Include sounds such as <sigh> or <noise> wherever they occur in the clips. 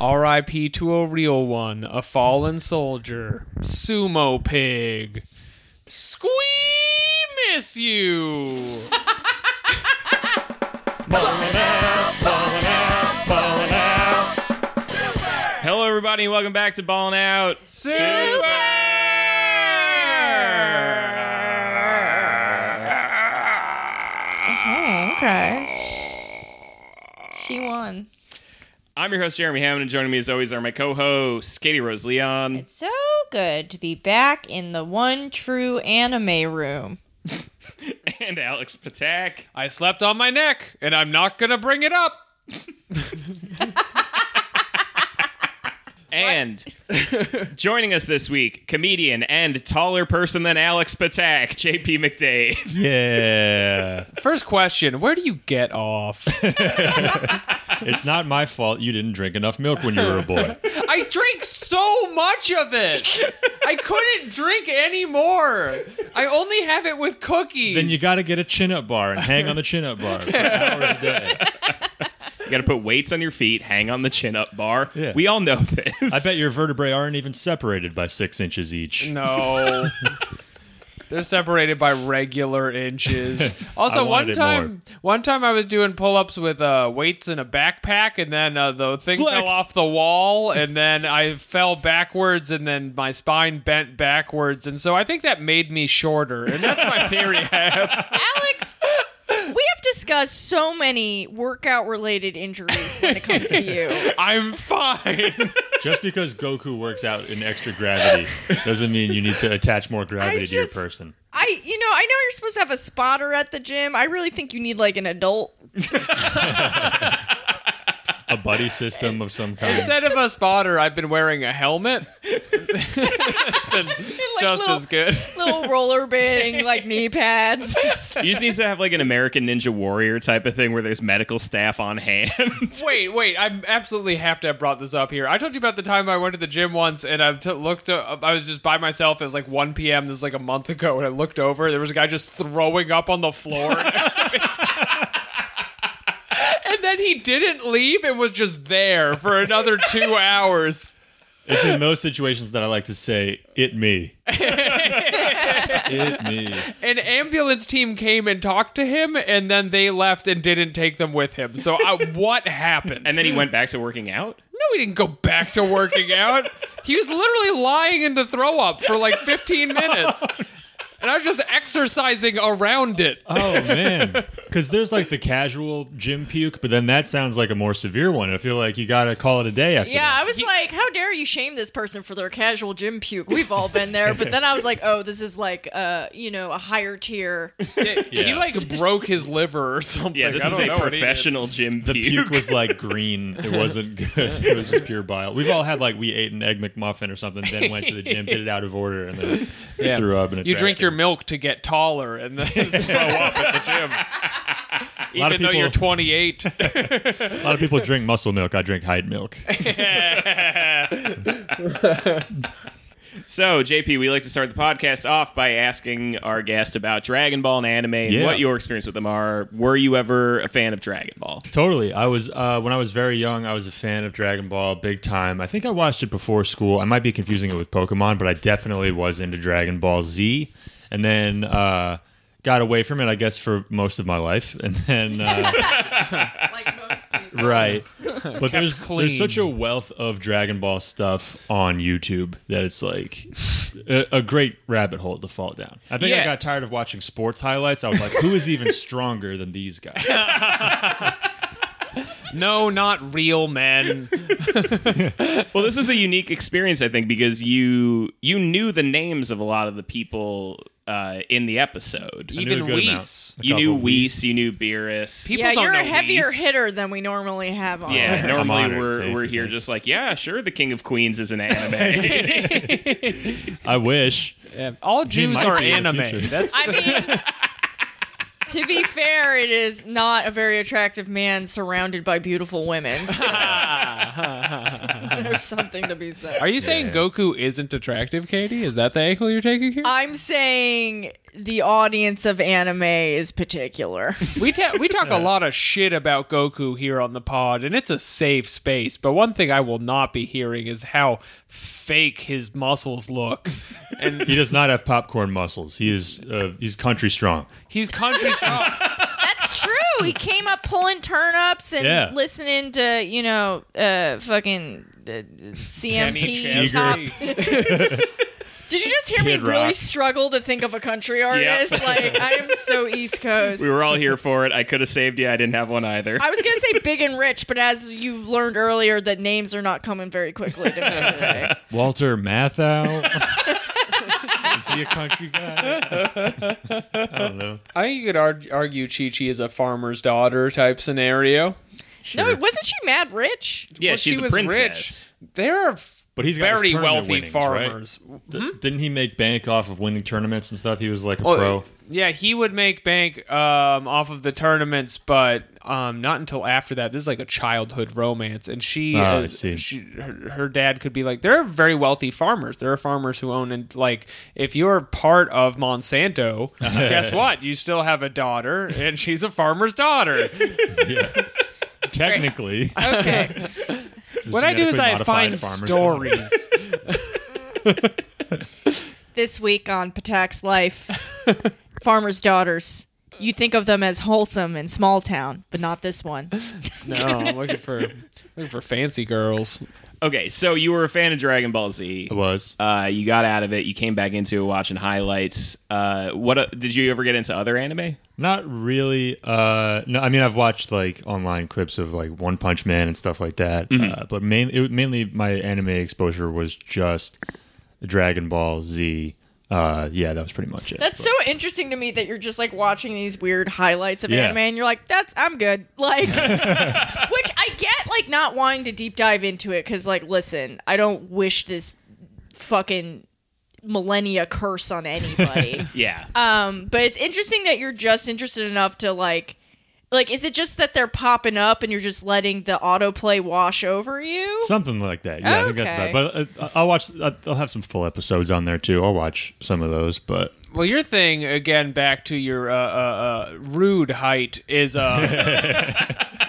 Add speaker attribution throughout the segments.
Speaker 1: R.I.P. to a real oh one, a fallen soldier, sumo pig. Squee miss you. <laughs>
Speaker 2: Hello, everybody. and Welcome back to Ballin' Out.
Speaker 3: Oh, okay. She won.
Speaker 2: I'm your host, Jeremy Hammond, and joining me as always are my co-hosts, Katie Rose Leon.
Speaker 3: It's so good to be back in the one true anime room.
Speaker 2: <laughs> and Alex Patak.
Speaker 1: I slept on my neck, and I'm not gonna bring it up.
Speaker 2: And <laughs> joining us this week, comedian and taller person than Alex Patak, JP McDade. <laughs>
Speaker 4: Yeah.
Speaker 1: First question: Where do you get off?
Speaker 4: it's not my fault you didn't drink enough milk when you were a boy.
Speaker 1: I drank so much of it. I couldn't drink any more. I only have it with cookies.
Speaker 4: <laughs> Then you got to get a chin up bar and hang on the chin up <laughs> bar for hours a day.
Speaker 2: You got to put weights on your feet, hang on the chin up bar.
Speaker 4: Yeah.
Speaker 2: We all know this.
Speaker 4: I
Speaker 2: <laughs>
Speaker 4: bet your vertebrae aren't even separated by six inches each.
Speaker 1: No. They're separated by regular inches. Also,
Speaker 4: <laughs> I wanted
Speaker 1: one
Speaker 4: it
Speaker 1: time, one time I was doing pull-ups with uh, weights in a backpack, and then uh, the thing
Speaker 4: Flex.
Speaker 1: fell off the wall, and then I fell backwards, and then my spine bent backwards, and so I think that made me shorter, and that's my theory.
Speaker 4: <laughs>
Speaker 1: I have.
Speaker 3: Alex, <laughs> we have discussed so many workout related injuries when it
Speaker 1: <laughs>
Speaker 3: comes to you.
Speaker 1: I'm fine.
Speaker 4: Just because Goku works out in extra gravity doesn't mean you need to attach more gravity
Speaker 3: I
Speaker 4: to your
Speaker 3: just-
Speaker 4: person.
Speaker 3: I, you know, I know you're supposed to have a spotter at the gym. I really think you need like an adult. <laughs>
Speaker 4: A buddy system of some kind.
Speaker 1: Instead of a spotter, I've been wearing a helmet. it's been just
Speaker 3: little-
Speaker 1: as good.
Speaker 3: Little
Speaker 1: <laughs>
Speaker 3: roller banding, like knee pads.
Speaker 2: You just need to have like an American Ninja Warrior type of thing where there's medical staff on hand. <laughs>
Speaker 1: Wait, wait! I absolutely have to have brought this up here. I told you about the time I went to the gym once, and I t- looked. uh, Up, I was just by myself. It was like 1 p.m. This was like a month ago, and I looked over. There was a guy just throwing up on the floor <laughs> next to me. And then he didn't leave and was just there for another two hours.
Speaker 4: It's in those situations that I like to say, it <laughs> me. it me.
Speaker 1: An ambulance team came and talked to him, and then they left and didn't take them with him. So, I, what happened?
Speaker 2: and then he went back to working out.
Speaker 1: No, he didn't go back to working out. he was literally lying in the throw up for like 15 minutes. And I was just exercising around it.
Speaker 4: Oh man, because there's like the casual gym puke, but then that sounds like a more severe one. I feel like you gotta call it a day after.
Speaker 3: Yeah,
Speaker 4: that.
Speaker 3: I was like, how dare you shame this person for their casual gym puke? We've all been there. But then I was like, oh, this is like, uh, you know, a higher tier.
Speaker 1: He like broke his liver or something.
Speaker 2: Yeah, this
Speaker 1: I
Speaker 2: is
Speaker 1: don't
Speaker 2: a
Speaker 1: know what he did.
Speaker 2: professional gym
Speaker 4: The puke was like green. It wasn't good. It was just pure bile. We've all had like we ate an egg McMuffin or something, then went to the gym, did it out of order, and then
Speaker 1: Yeah.
Speaker 4: threw up. In a
Speaker 1: You
Speaker 4: trash
Speaker 1: drink your
Speaker 4: can.
Speaker 1: milk to get taller and then
Speaker 4: <laughs>
Speaker 1: throw up at the gym. Even
Speaker 4: lot of
Speaker 1: though
Speaker 4: people-
Speaker 1: you're
Speaker 4: <laughs>
Speaker 1: 28.
Speaker 4: A lot of people drink muscle milk. I drink hide milk.
Speaker 2: So, JP, we like to start the podcast off by asking our guest about Dragon Ball and anime and
Speaker 4: Yeah.
Speaker 2: what your experience with them are. Were you ever a fan of Dragon Ball?
Speaker 4: Totally. I was uh, when I was very young. I was a fan of Dragon Ball, big time. I think I watched it before school. I might be confusing it with Pokemon, but I definitely was into Dragon Ball Z, and then uh, got away from it, I guess, for most of my life. <laughs> And then uh,
Speaker 3: Like most people.
Speaker 4: right, but there's
Speaker 1: clean.
Speaker 4: there's such a wealth of Dragon Ball stuff on YouTube that it's like a, a great rabbit hole to fall down. I think
Speaker 2: Yeah.
Speaker 4: I got tired of watching sports highlights. I was like, who is even stronger than these guys?
Speaker 1: no, not real men.
Speaker 2: Well, this was a unique experience, I think, because you you knew the names of a lot of the people uh, in the episode.
Speaker 4: I knew a
Speaker 1: Even
Speaker 4: good amount.
Speaker 1: Whis.
Speaker 4: <laughs> A
Speaker 2: You knew
Speaker 4: couple
Speaker 2: Whis, you knew Beerus.
Speaker 1: People
Speaker 3: Yeah,
Speaker 1: don't
Speaker 3: you're a
Speaker 1: know
Speaker 3: heavier
Speaker 1: these.
Speaker 3: hitter than we normally have on.
Speaker 2: Yeah,
Speaker 4: I'm
Speaker 2: normally
Speaker 4: honored,
Speaker 2: we're
Speaker 4: thank
Speaker 2: we're
Speaker 4: you,
Speaker 2: here
Speaker 4: thank
Speaker 2: just like, yeah, sure, the King of Queens is an <laughs> anime.
Speaker 4: I wish.
Speaker 1: Yeah, All Jews
Speaker 4: might
Speaker 1: are
Speaker 4: be in the
Speaker 1: anime.
Speaker 4: future.
Speaker 1: That's
Speaker 3: I mean, to be fair, it is
Speaker 1: <laughs>
Speaker 3: not a very attractive man surrounded by beautiful women. so- There's something to be said.
Speaker 1: Are you saying Goku isn't attractive, Katie? Is that the angle you're taking here?
Speaker 3: I'm saying the audience of anime is particular.
Speaker 1: we ta- we talk a lot of shit about Goku here on the pod, and it's a safe space. But one thing I will not be hearing is how fake his muscles look.
Speaker 4: He does not have popcorn muscles. He is uh, he's country strong.
Speaker 1: He's country <laughs> strong.
Speaker 3: That's true. He came up pulling turnips and
Speaker 4: Yeah.
Speaker 3: listening to you know uh, fucking uh, CMT
Speaker 4: Seeger.
Speaker 3: top. Did you just hear me
Speaker 4: Kid
Speaker 3: really
Speaker 4: Rock.
Speaker 3: struggle to think of a country artist? Like I am so East Coast.
Speaker 2: We were all here for it. I could have saved you. I didn't have one either.
Speaker 3: I was gonna say big and rich, but as you've learned earlier, that names are not coming very quickly to me today.
Speaker 4: Walter Matthau. <laughs> is he a country guy? I don't know.
Speaker 1: I think you could ar- argue Chi Chi is a farmer's daughter type scenario.
Speaker 3: No, wasn't she mad rich?
Speaker 2: yeah,
Speaker 1: Well,
Speaker 2: she's
Speaker 1: she
Speaker 2: a
Speaker 1: was
Speaker 2: princess.
Speaker 1: Rich. They're f-
Speaker 4: But he's got his
Speaker 1: very
Speaker 4: tournament
Speaker 1: wealthy
Speaker 4: winnings, right?
Speaker 1: farmers.
Speaker 4: D-
Speaker 1: Mm-hmm.
Speaker 4: didn't he make bank off of winning tournaments and stuff? He was
Speaker 1: Oh,
Speaker 4: like a pro.
Speaker 1: Yeah, he would make bank um, off of the tournaments, but um, not until after that. This is like a childhood romance, and she,
Speaker 4: Ah,
Speaker 1: uh,
Speaker 4: I see.
Speaker 1: she, her, her dad could be like, there are very wealthy farmers. There are farmers who own, and like, if you're part of
Speaker 4: <laughs>
Speaker 1: Monsanto, guess what? You still have a daughter, and she's a farmer's daughter.
Speaker 4: <laughs> Technically, <laughs>
Speaker 3: Okay,
Speaker 1: what I do is I
Speaker 4: genetically
Speaker 1: find
Speaker 4: modified farmer's <laughs>
Speaker 1: stories.
Speaker 3: this week on Patak's life, farmers' daughters. You think of them as wholesome in small town, but not this one.
Speaker 1: no, I'm looking for looking for fancy girls.
Speaker 2: Okay, so you were a fan of Dragon Ball Z.
Speaker 4: it was.
Speaker 2: Uh, you got out of it. You came back into it watching highlights. Uh, what uh, did you ever get into other anime?
Speaker 4: Not really. Uh, no, I mean I've watched like online clips of like One Punch Man and stuff like that,
Speaker 1: Mm-hmm.
Speaker 4: uh, but mainly it, mainly my anime exposure was just Dragon Ball Z. Uh, yeah, that was pretty much it.
Speaker 3: That's so interesting to me that you're just like watching these weird highlights of
Speaker 4: Yeah.
Speaker 3: anime and you're like, that's, I'm good. <laughs> Like, which I get, like, not wanting to deep dive into it because, like, listen, I don't wish this fucking millennia curse on anybody.
Speaker 2: Yeah,
Speaker 1: Uh,
Speaker 3: um, but it's interesting that you're just interested enough to, like, like, is it just that they're popping up and you're just letting the autoplay wash over you?
Speaker 4: Something like that. Yeah, I think that's
Speaker 3: Okay.
Speaker 4: about. it. But uh, I'll watch. I'll have some full episodes on there too. I'll watch some of those. But
Speaker 1: Well, your thing again, back to your uh, uh, uh, rude height is uh,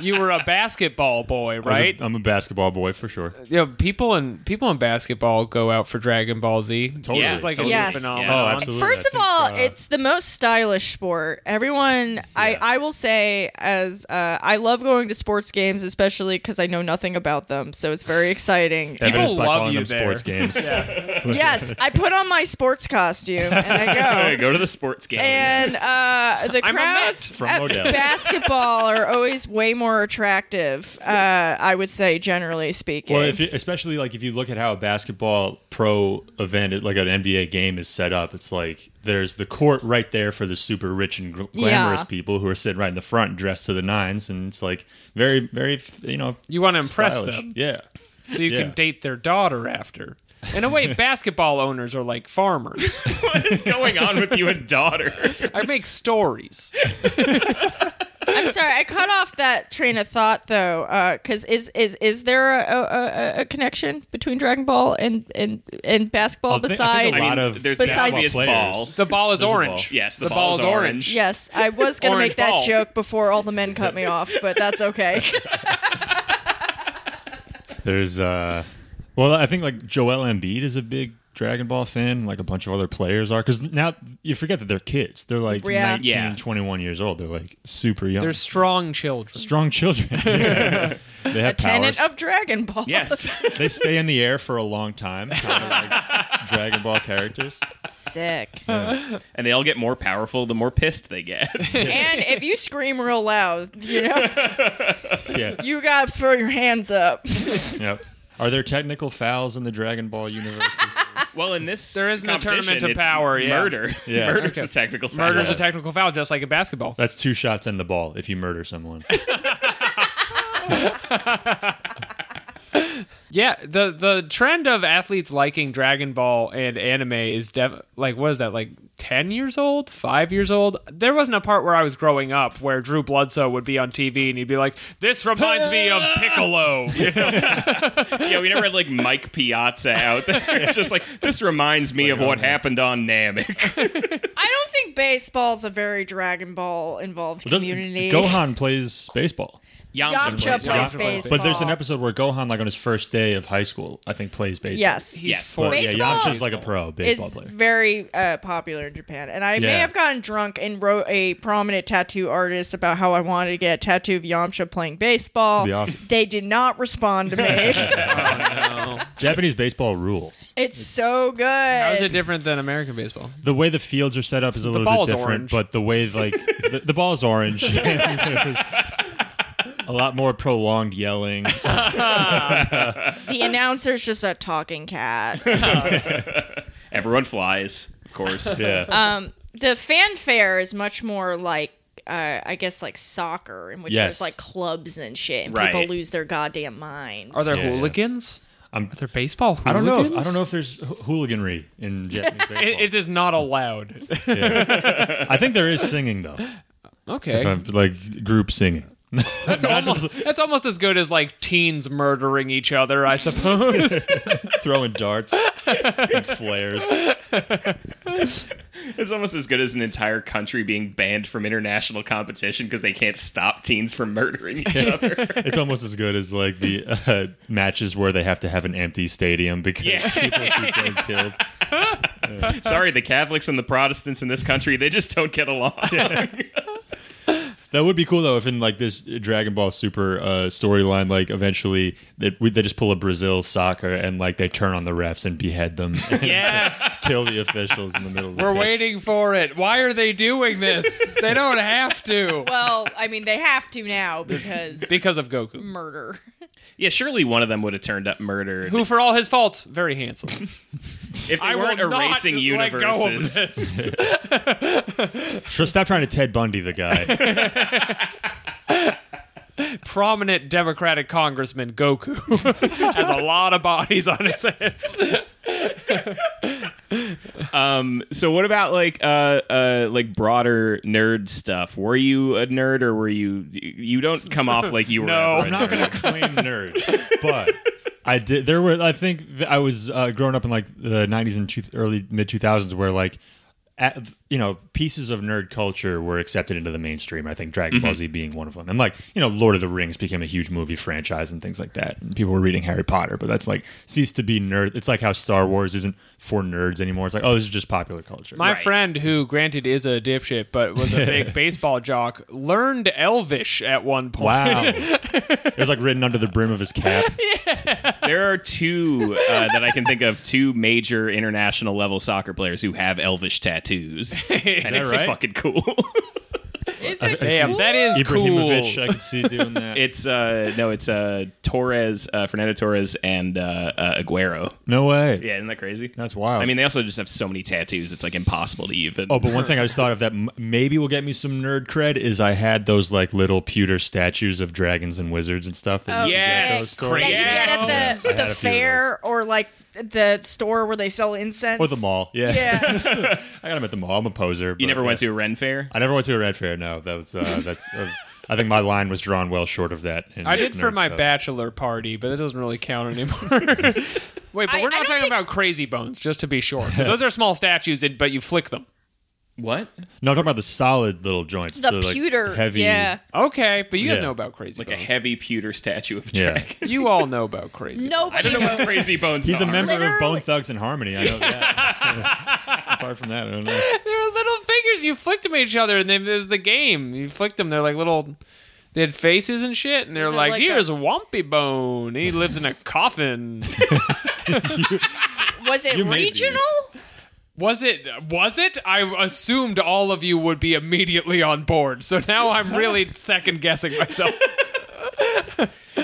Speaker 1: you were a basketball boy,
Speaker 4: I was a-
Speaker 1: right?
Speaker 4: I'm a basketball boy for sure.
Speaker 1: you know, people in people in basketball go out for Dragon Ball Z.
Speaker 4: Totally.
Speaker 1: This is like
Speaker 2: Totally.
Speaker 1: a new
Speaker 3: Yes.
Speaker 1: phenomenon.
Speaker 4: Oh, absolutely.
Speaker 3: First
Speaker 4: I
Speaker 3: of
Speaker 4: think,
Speaker 3: all,
Speaker 4: uh,
Speaker 3: it's the most stylish sport. Everyone, I, I will say, as uh, I love going to sports games, especially because I know nothing about them, so it's
Speaker 4: <laughs>
Speaker 3: very exciting.
Speaker 4: evidenced by
Speaker 1: love
Speaker 4: calling
Speaker 1: you
Speaker 4: them
Speaker 1: there. <laughs>
Speaker 4: sports games.
Speaker 3: yes, I put on my sports costume and
Speaker 4: <laughs>
Speaker 3: I go.
Speaker 2: go to the sports game.
Speaker 1: eh.
Speaker 3: And uh, the
Speaker 1: I'm a
Speaker 3: crowds
Speaker 1: Mets
Speaker 4: from
Speaker 3: at
Speaker 4: Modell.
Speaker 3: basketball are always way more attractive. Uh, I would say, generally speaking.
Speaker 4: Well, if you, especially like if you look at how a basketball pro event, like an NBA game, is set up, it's like there's the court right there for the super rich and gl- glamorous
Speaker 3: Yeah.
Speaker 4: people who are sitting right in the front, dressed to the nines, and it's like very, very, you know,
Speaker 1: You want to impress
Speaker 4: stylish.
Speaker 1: them
Speaker 4: Yeah,
Speaker 1: so you
Speaker 4: Yeah.
Speaker 1: can date their daughter after. In a
Speaker 4: <laughs>
Speaker 1: way, basketball owners are like farmers.
Speaker 2: what is going on with you
Speaker 1: <laughs>
Speaker 2: and daughter?
Speaker 1: I make stories.
Speaker 3: I'm sorry, I cut off that train of thought though, because is is is there a, a, a connection between Dragon Ball and and and basketball
Speaker 4: I thi- I think a
Speaker 3: besides?
Speaker 4: lot
Speaker 2: I mean,
Speaker 4: of
Speaker 2: there's
Speaker 3: besides-
Speaker 2: the obvious
Speaker 4: Basketball
Speaker 2: ball.
Speaker 4: players.
Speaker 1: The ball is
Speaker 4: There's a ball.
Speaker 1: orange.
Speaker 2: Yes, the,
Speaker 1: the ball is orange.
Speaker 3: yes, I was gonna
Speaker 1: Orange
Speaker 3: make that
Speaker 1: ball.
Speaker 3: joke before all the men cut me off, but that's okay.
Speaker 4: there's uh, well, I think like Joel Embiid is a big. Dragon Ball fan, like a bunch of other players are, because now you forget that they're kids. They're like
Speaker 3: Yeah.
Speaker 4: 19,
Speaker 2: Yeah.
Speaker 4: 21 years old. They're like super young.
Speaker 1: They're strong children.
Speaker 4: strong <laughs> children. Yeah. <laughs> they have powers.
Speaker 3: Tenant of Dragon Ball.
Speaker 2: Yes.
Speaker 4: they stay in the air for a long time, kind of like Dragon Ball characters.
Speaker 3: <laughs> sick.
Speaker 2: and they all get more powerful the more pissed they get.
Speaker 3: and if you scream real loud, you know,
Speaker 4: Yeah.
Speaker 3: you gotta throw your hands up.
Speaker 4: Yep. Are there technical fouls in the Dragon Ball universes?
Speaker 2: <laughs> well, in this
Speaker 1: There isn't a
Speaker 2: competition,
Speaker 1: tournament of
Speaker 2: it's
Speaker 1: power, yeah.
Speaker 2: Murder. <laughs>
Speaker 4: Yeah.
Speaker 2: Murder's a technical. foul.
Speaker 1: Murder's a technical foul, just like in basketball.
Speaker 4: <laughs> That's two shots and the ball if you murder someone.
Speaker 1: Yeah, the the trend of athletes liking Dragon Ball and anime is def- like what is that like 10 years old, 5 years old. There wasn't a part where I was growing up where Drew Bledsoe would be on TV and he'd be like, "This reminds me
Speaker 4: <laughs>
Speaker 1: of Piccolo." You know?
Speaker 2: yeah, we never had like Mike Piazza out <laughs> there. It's just like this reminds me of what happened on Namek.
Speaker 3: I don't think baseball's a very Dragon Ball involved
Speaker 4: It doesn't-
Speaker 3: community.
Speaker 4: Gohan plays baseball.
Speaker 3: Yamcha plays
Speaker 4: Yamcha
Speaker 3: baseball.
Speaker 4: But there's an episode where Gohan, like on his first day of high school, I think plays baseball.
Speaker 3: Yes.
Speaker 1: He's
Speaker 2: Yes,
Speaker 1: four.
Speaker 4: But yeah,
Speaker 3: Baseball
Speaker 4: Yamcha's like a pro baseball
Speaker 3: is
Speaker 4: player.
Speaker 3: very uh, popular in Japan. And I may
Speaker 4: Yeah.
Speaker 3: have gotten drunk and wrote a prominent tattoo artist about how I wanted to get a tattoo of Yamcha playing baseball.
Speaker 4: That'd be awesome.
Speaker 3: They did not respond to me.
Speaker 4: Japanese baseball rules.
Speaker 3: it's so good.
Speaker 1: How is it different than American baseball?
Speaker 4: The way the fields are set up is a little
Speaker 1: ball's
Speaker 4: bit different,
Speaker 1: orange.
Speaker 4: but the way like the, the ball's orange.
Speaker 1: <laughs>
Speaker 4: <laughs> There's a lot more
Speaker 1: <laughs>
Speaker 4: prolonged yelling.
Speaker 3: the announcer's just a talking cat.
Speaker 2: Everyone flies,
Speaker 1: <laughs>
Speaker 2: of course.
Speaker 4: Yeah.
Speaker 1: Um,
Speaker 3: the fanfare is much more like uh, I guess like soccer, in which
Speaker 4: Yes.
Speaker 3: there's like clubs and shit, and people
Speaker 2: Right.
Speaker 3: lose their goddamn minds.
Speaker 1: Are there
Speaker 4: Yeah, yeah.
Speaker 1: hooligans?
Speaker 4: I'm-
Speaker 1: Are there baseball
Speaker 4: I don't
Speaker 1: hooligans?
Speaker 4: know. If, I don't know if there's ho- hooliganry
Speaker 1: <laughs>
Speaker 4: in Japanese baseball.
Speaker 1: It, it is not
Speaker 4: <laughs>
Speaker 1: allowed.
Speaker 4: I think there is singing though,
Speaker 1: Okay.
Speaker 4: Um, like group singing. <laughs>
Speaker 1: That's almost, that's almost as good as like teens murdering each other, I
Speaker 4: <laughs>
Speaker 1: suppose.
Speaker 4: throwing darts
Speaker 1: <laughs>
Speaker 4: and flares.
Speaker 2: It's almost as good as an entire country being banned from international competition because they can't stop teens from
Speaker 1: <laughs>
Speaker 2: murdering each other.
Speaker 4: It's almost as good as like the uh, matches where they have to have an empty stadium because people keep getting killed.
Speaker 2: Sorry, the Catholics and the Protestants in this country, they just don't get along.
Speaker 1: <laughs>
Speaker 4: That would be cool though if in like this Dragon Ball Super uh, storyline, like eventually they, we, they just pull a Brazil soccer and like they turn on the refs and behead them,
Speaker 1: <laughs>
Speaker 4: and
Speaker 1: yes.
Speaker 4: kill the officials in the middle. of the
Speaker 1: We're
Speaker 4: pitch.
Speaker 1: waiting for it. Why are they doing <laughs> this? They don't have to.
Speaker 3: well, I mean, they have to
Speaker 1: <laughs>
Speaker 3: now because
Speaker 1: Because of Goku,
Speaker 3: murder.
Speaker 2: Yeah, surely one of them would have turned up murder.
Speaker 1: who, for all his faults, very handsome.
Speaker 2: if they
Speaker 1: I
Speaker 2: weren't
Speaker 1: will not
Speaker 2: erasing
Speaker 1: let go of
Speaker 2: universes.
Speaker 1: this.
Speaker 4: Tr- Stop trying to Ted Bundy the guy.
Speaker 1: <laughs> Prominent Democratic Congressman <laughs> Goku has a lot of bodies on his hands. <laughs>
Speaker 2: So what about like uh uh like broader nerd stuff? Were you a nerd or were you you don't come off like you
Speaker 1: <laughs>
Speaker 2: were
Speaker 1: No.
Speaker 2: ever a
Speaker 1: I'm
Speaker 2: nerd.
Speaker 4: not going to claim nerd, but I did. There were. I think th- I was uh, growing up in like the '90s and two, early mid 2000s, where like. At, you know, pieces of nerd culture were accepted into the mainstream. I think Dragon
Speaker 2: Mm-hmm.
Speaker 4: Ball Z being one of them, and like you know, Lord of the Rings became a huge movie franchise and things like that. And people were reading Harry Potter, but that's like ceased to be nerd. It's like how Star Wars isn't for nerds anymore. It's like oh, this is just popular culture.
Speaker 1: My
Speaker 2: Right.
Speaker 1: friend, who granted is a dipshit but was a <laughs> big baseball jock, learned Elvish at one point.
Speaker 2: <laughs>
Speaker 4: wow, it was like written under the brim of his cap.
Speaker 2: There are two uh, that I can think of, two major international level soccer players who have elvish
Speaker 1: <laughs>
Speaker 2: tattoos. and it's
Speaker 4: right?
Speaker 2: fucking cool.
Speaker 3: Is it
Speaker 1: Damn,
Speaker 3: cool?
Speaker 1: that is
Speaker 4: Ibrahimovic,
Speaker 1: cool.
Speaker 4: I could see
Speaker 2: <laughs>
Speaker 4: doing that.
Speaker 2: it's uh no, it's uh Torres, uh, Fernando Torres and uh, uh Aguero.
Speaker 4: no way.
Speaker 2: Yeah, isn't that crazy?
Speaker 4: That's wild.
Speaker 2: I mean, they also just have so many tattoos. It's like impossible to even.
Speaker 4: Oh, but one thing I just thought
Speaker 2: <laughs>
Speaker 4: of that m- maybe will get me some nerd cred is I had those like little pewter statues of dragons and wizards and stuff.
Speaker 3: Oh,
Speaker 4: that you could
Speaker 2: Oh,
Speaker 4: get
Speaker 2: Yes,
Speaker 4: those
Speaker 1: crazy.
Speaker 3: that
Speaker 4: stories.
Speaker 3: you get
Speaker 1: Yeah.
Speaker 3: at
Speaker 4: I
Speaker 3: the,
Speaker 4: had
Speaker 3: the
Speaker 4: a few of
Speaker 3: fair or like the store where they sell incense
Speaker 4: or the mall. Yeah,
Speaker 3: Yeah.
Speaker 4: <laughs> I got them at the mall. I'm a poser.
Speaker 2: you never went to a Ren fair?
Speaker 4: I never went to a red fair. No, that
Speaker 2: <laughs>
Speaker 4: was uh, that's. that was- I think my line was drawn well short of that. in
Speaker 1: I did for
Speaker 4: nerd
Speaker 1: my
Speaker 4: stuff.
Speaker 1: bachelor party, but it doesn't really count anymore. <laughs> Wait, but we're not
Speaker 3: I- I don't
Speaker 1: talking
Speaker 3: think-
Speaker 1: about crazy bones, just to be sure. 'cause Those are small statues, and- but you flick them.
Speaker 2: What?
Speaker 4: No, I'm talking about the solid little joints.
Speaker 3: the,
Speaker 4: like,
Speaker 3: pewter.
Speaker 4: heavy.
Speaker 3: Yeah.
Speaker 1: Okay, but you guys
Speaker 4: Yeah.
Speaker 1: know about crazy
Speaker 2: Like a
Speaker 1: bones.
Speaker 2: heavy pewter statue of a
Speaker 4: Yeah.
Speaker 3: <laughs>
Speaker 2: dragon.
Speaker 1: you all know about <laughs> crazy.
Speaker 3: Nobody.
Speaker 2: I don't know what crazy bones
Speaker 4: <laughs> He's a
Speaker 2: are.
Speaker 4: member of Bone
Speaker 3: Literally.
Speaker 4: Thugs and Harmony. I know that.
Speaker 3: <laughs>
Speaker 4: Apart from that, <laughs> I don't know.
Speaker 1: They were little figures. and You flicked them at each other, and then it was the game. You flicked them. They're like little. They had faces and shit, and they're
Speaker 3: Is it
Speaker 1: like,
Speaker 3: like
Speaker 1: "Here's Wompy Bone. He lives in a coffin."
Speaker 3: Was it
Speaker 4: You made
Speaker 3: regional?
Speaker 4: <laughs>
Speaker 1: Was it? Was it? I assumed all of you would be immediately on board, so now I'm really second guessing myself.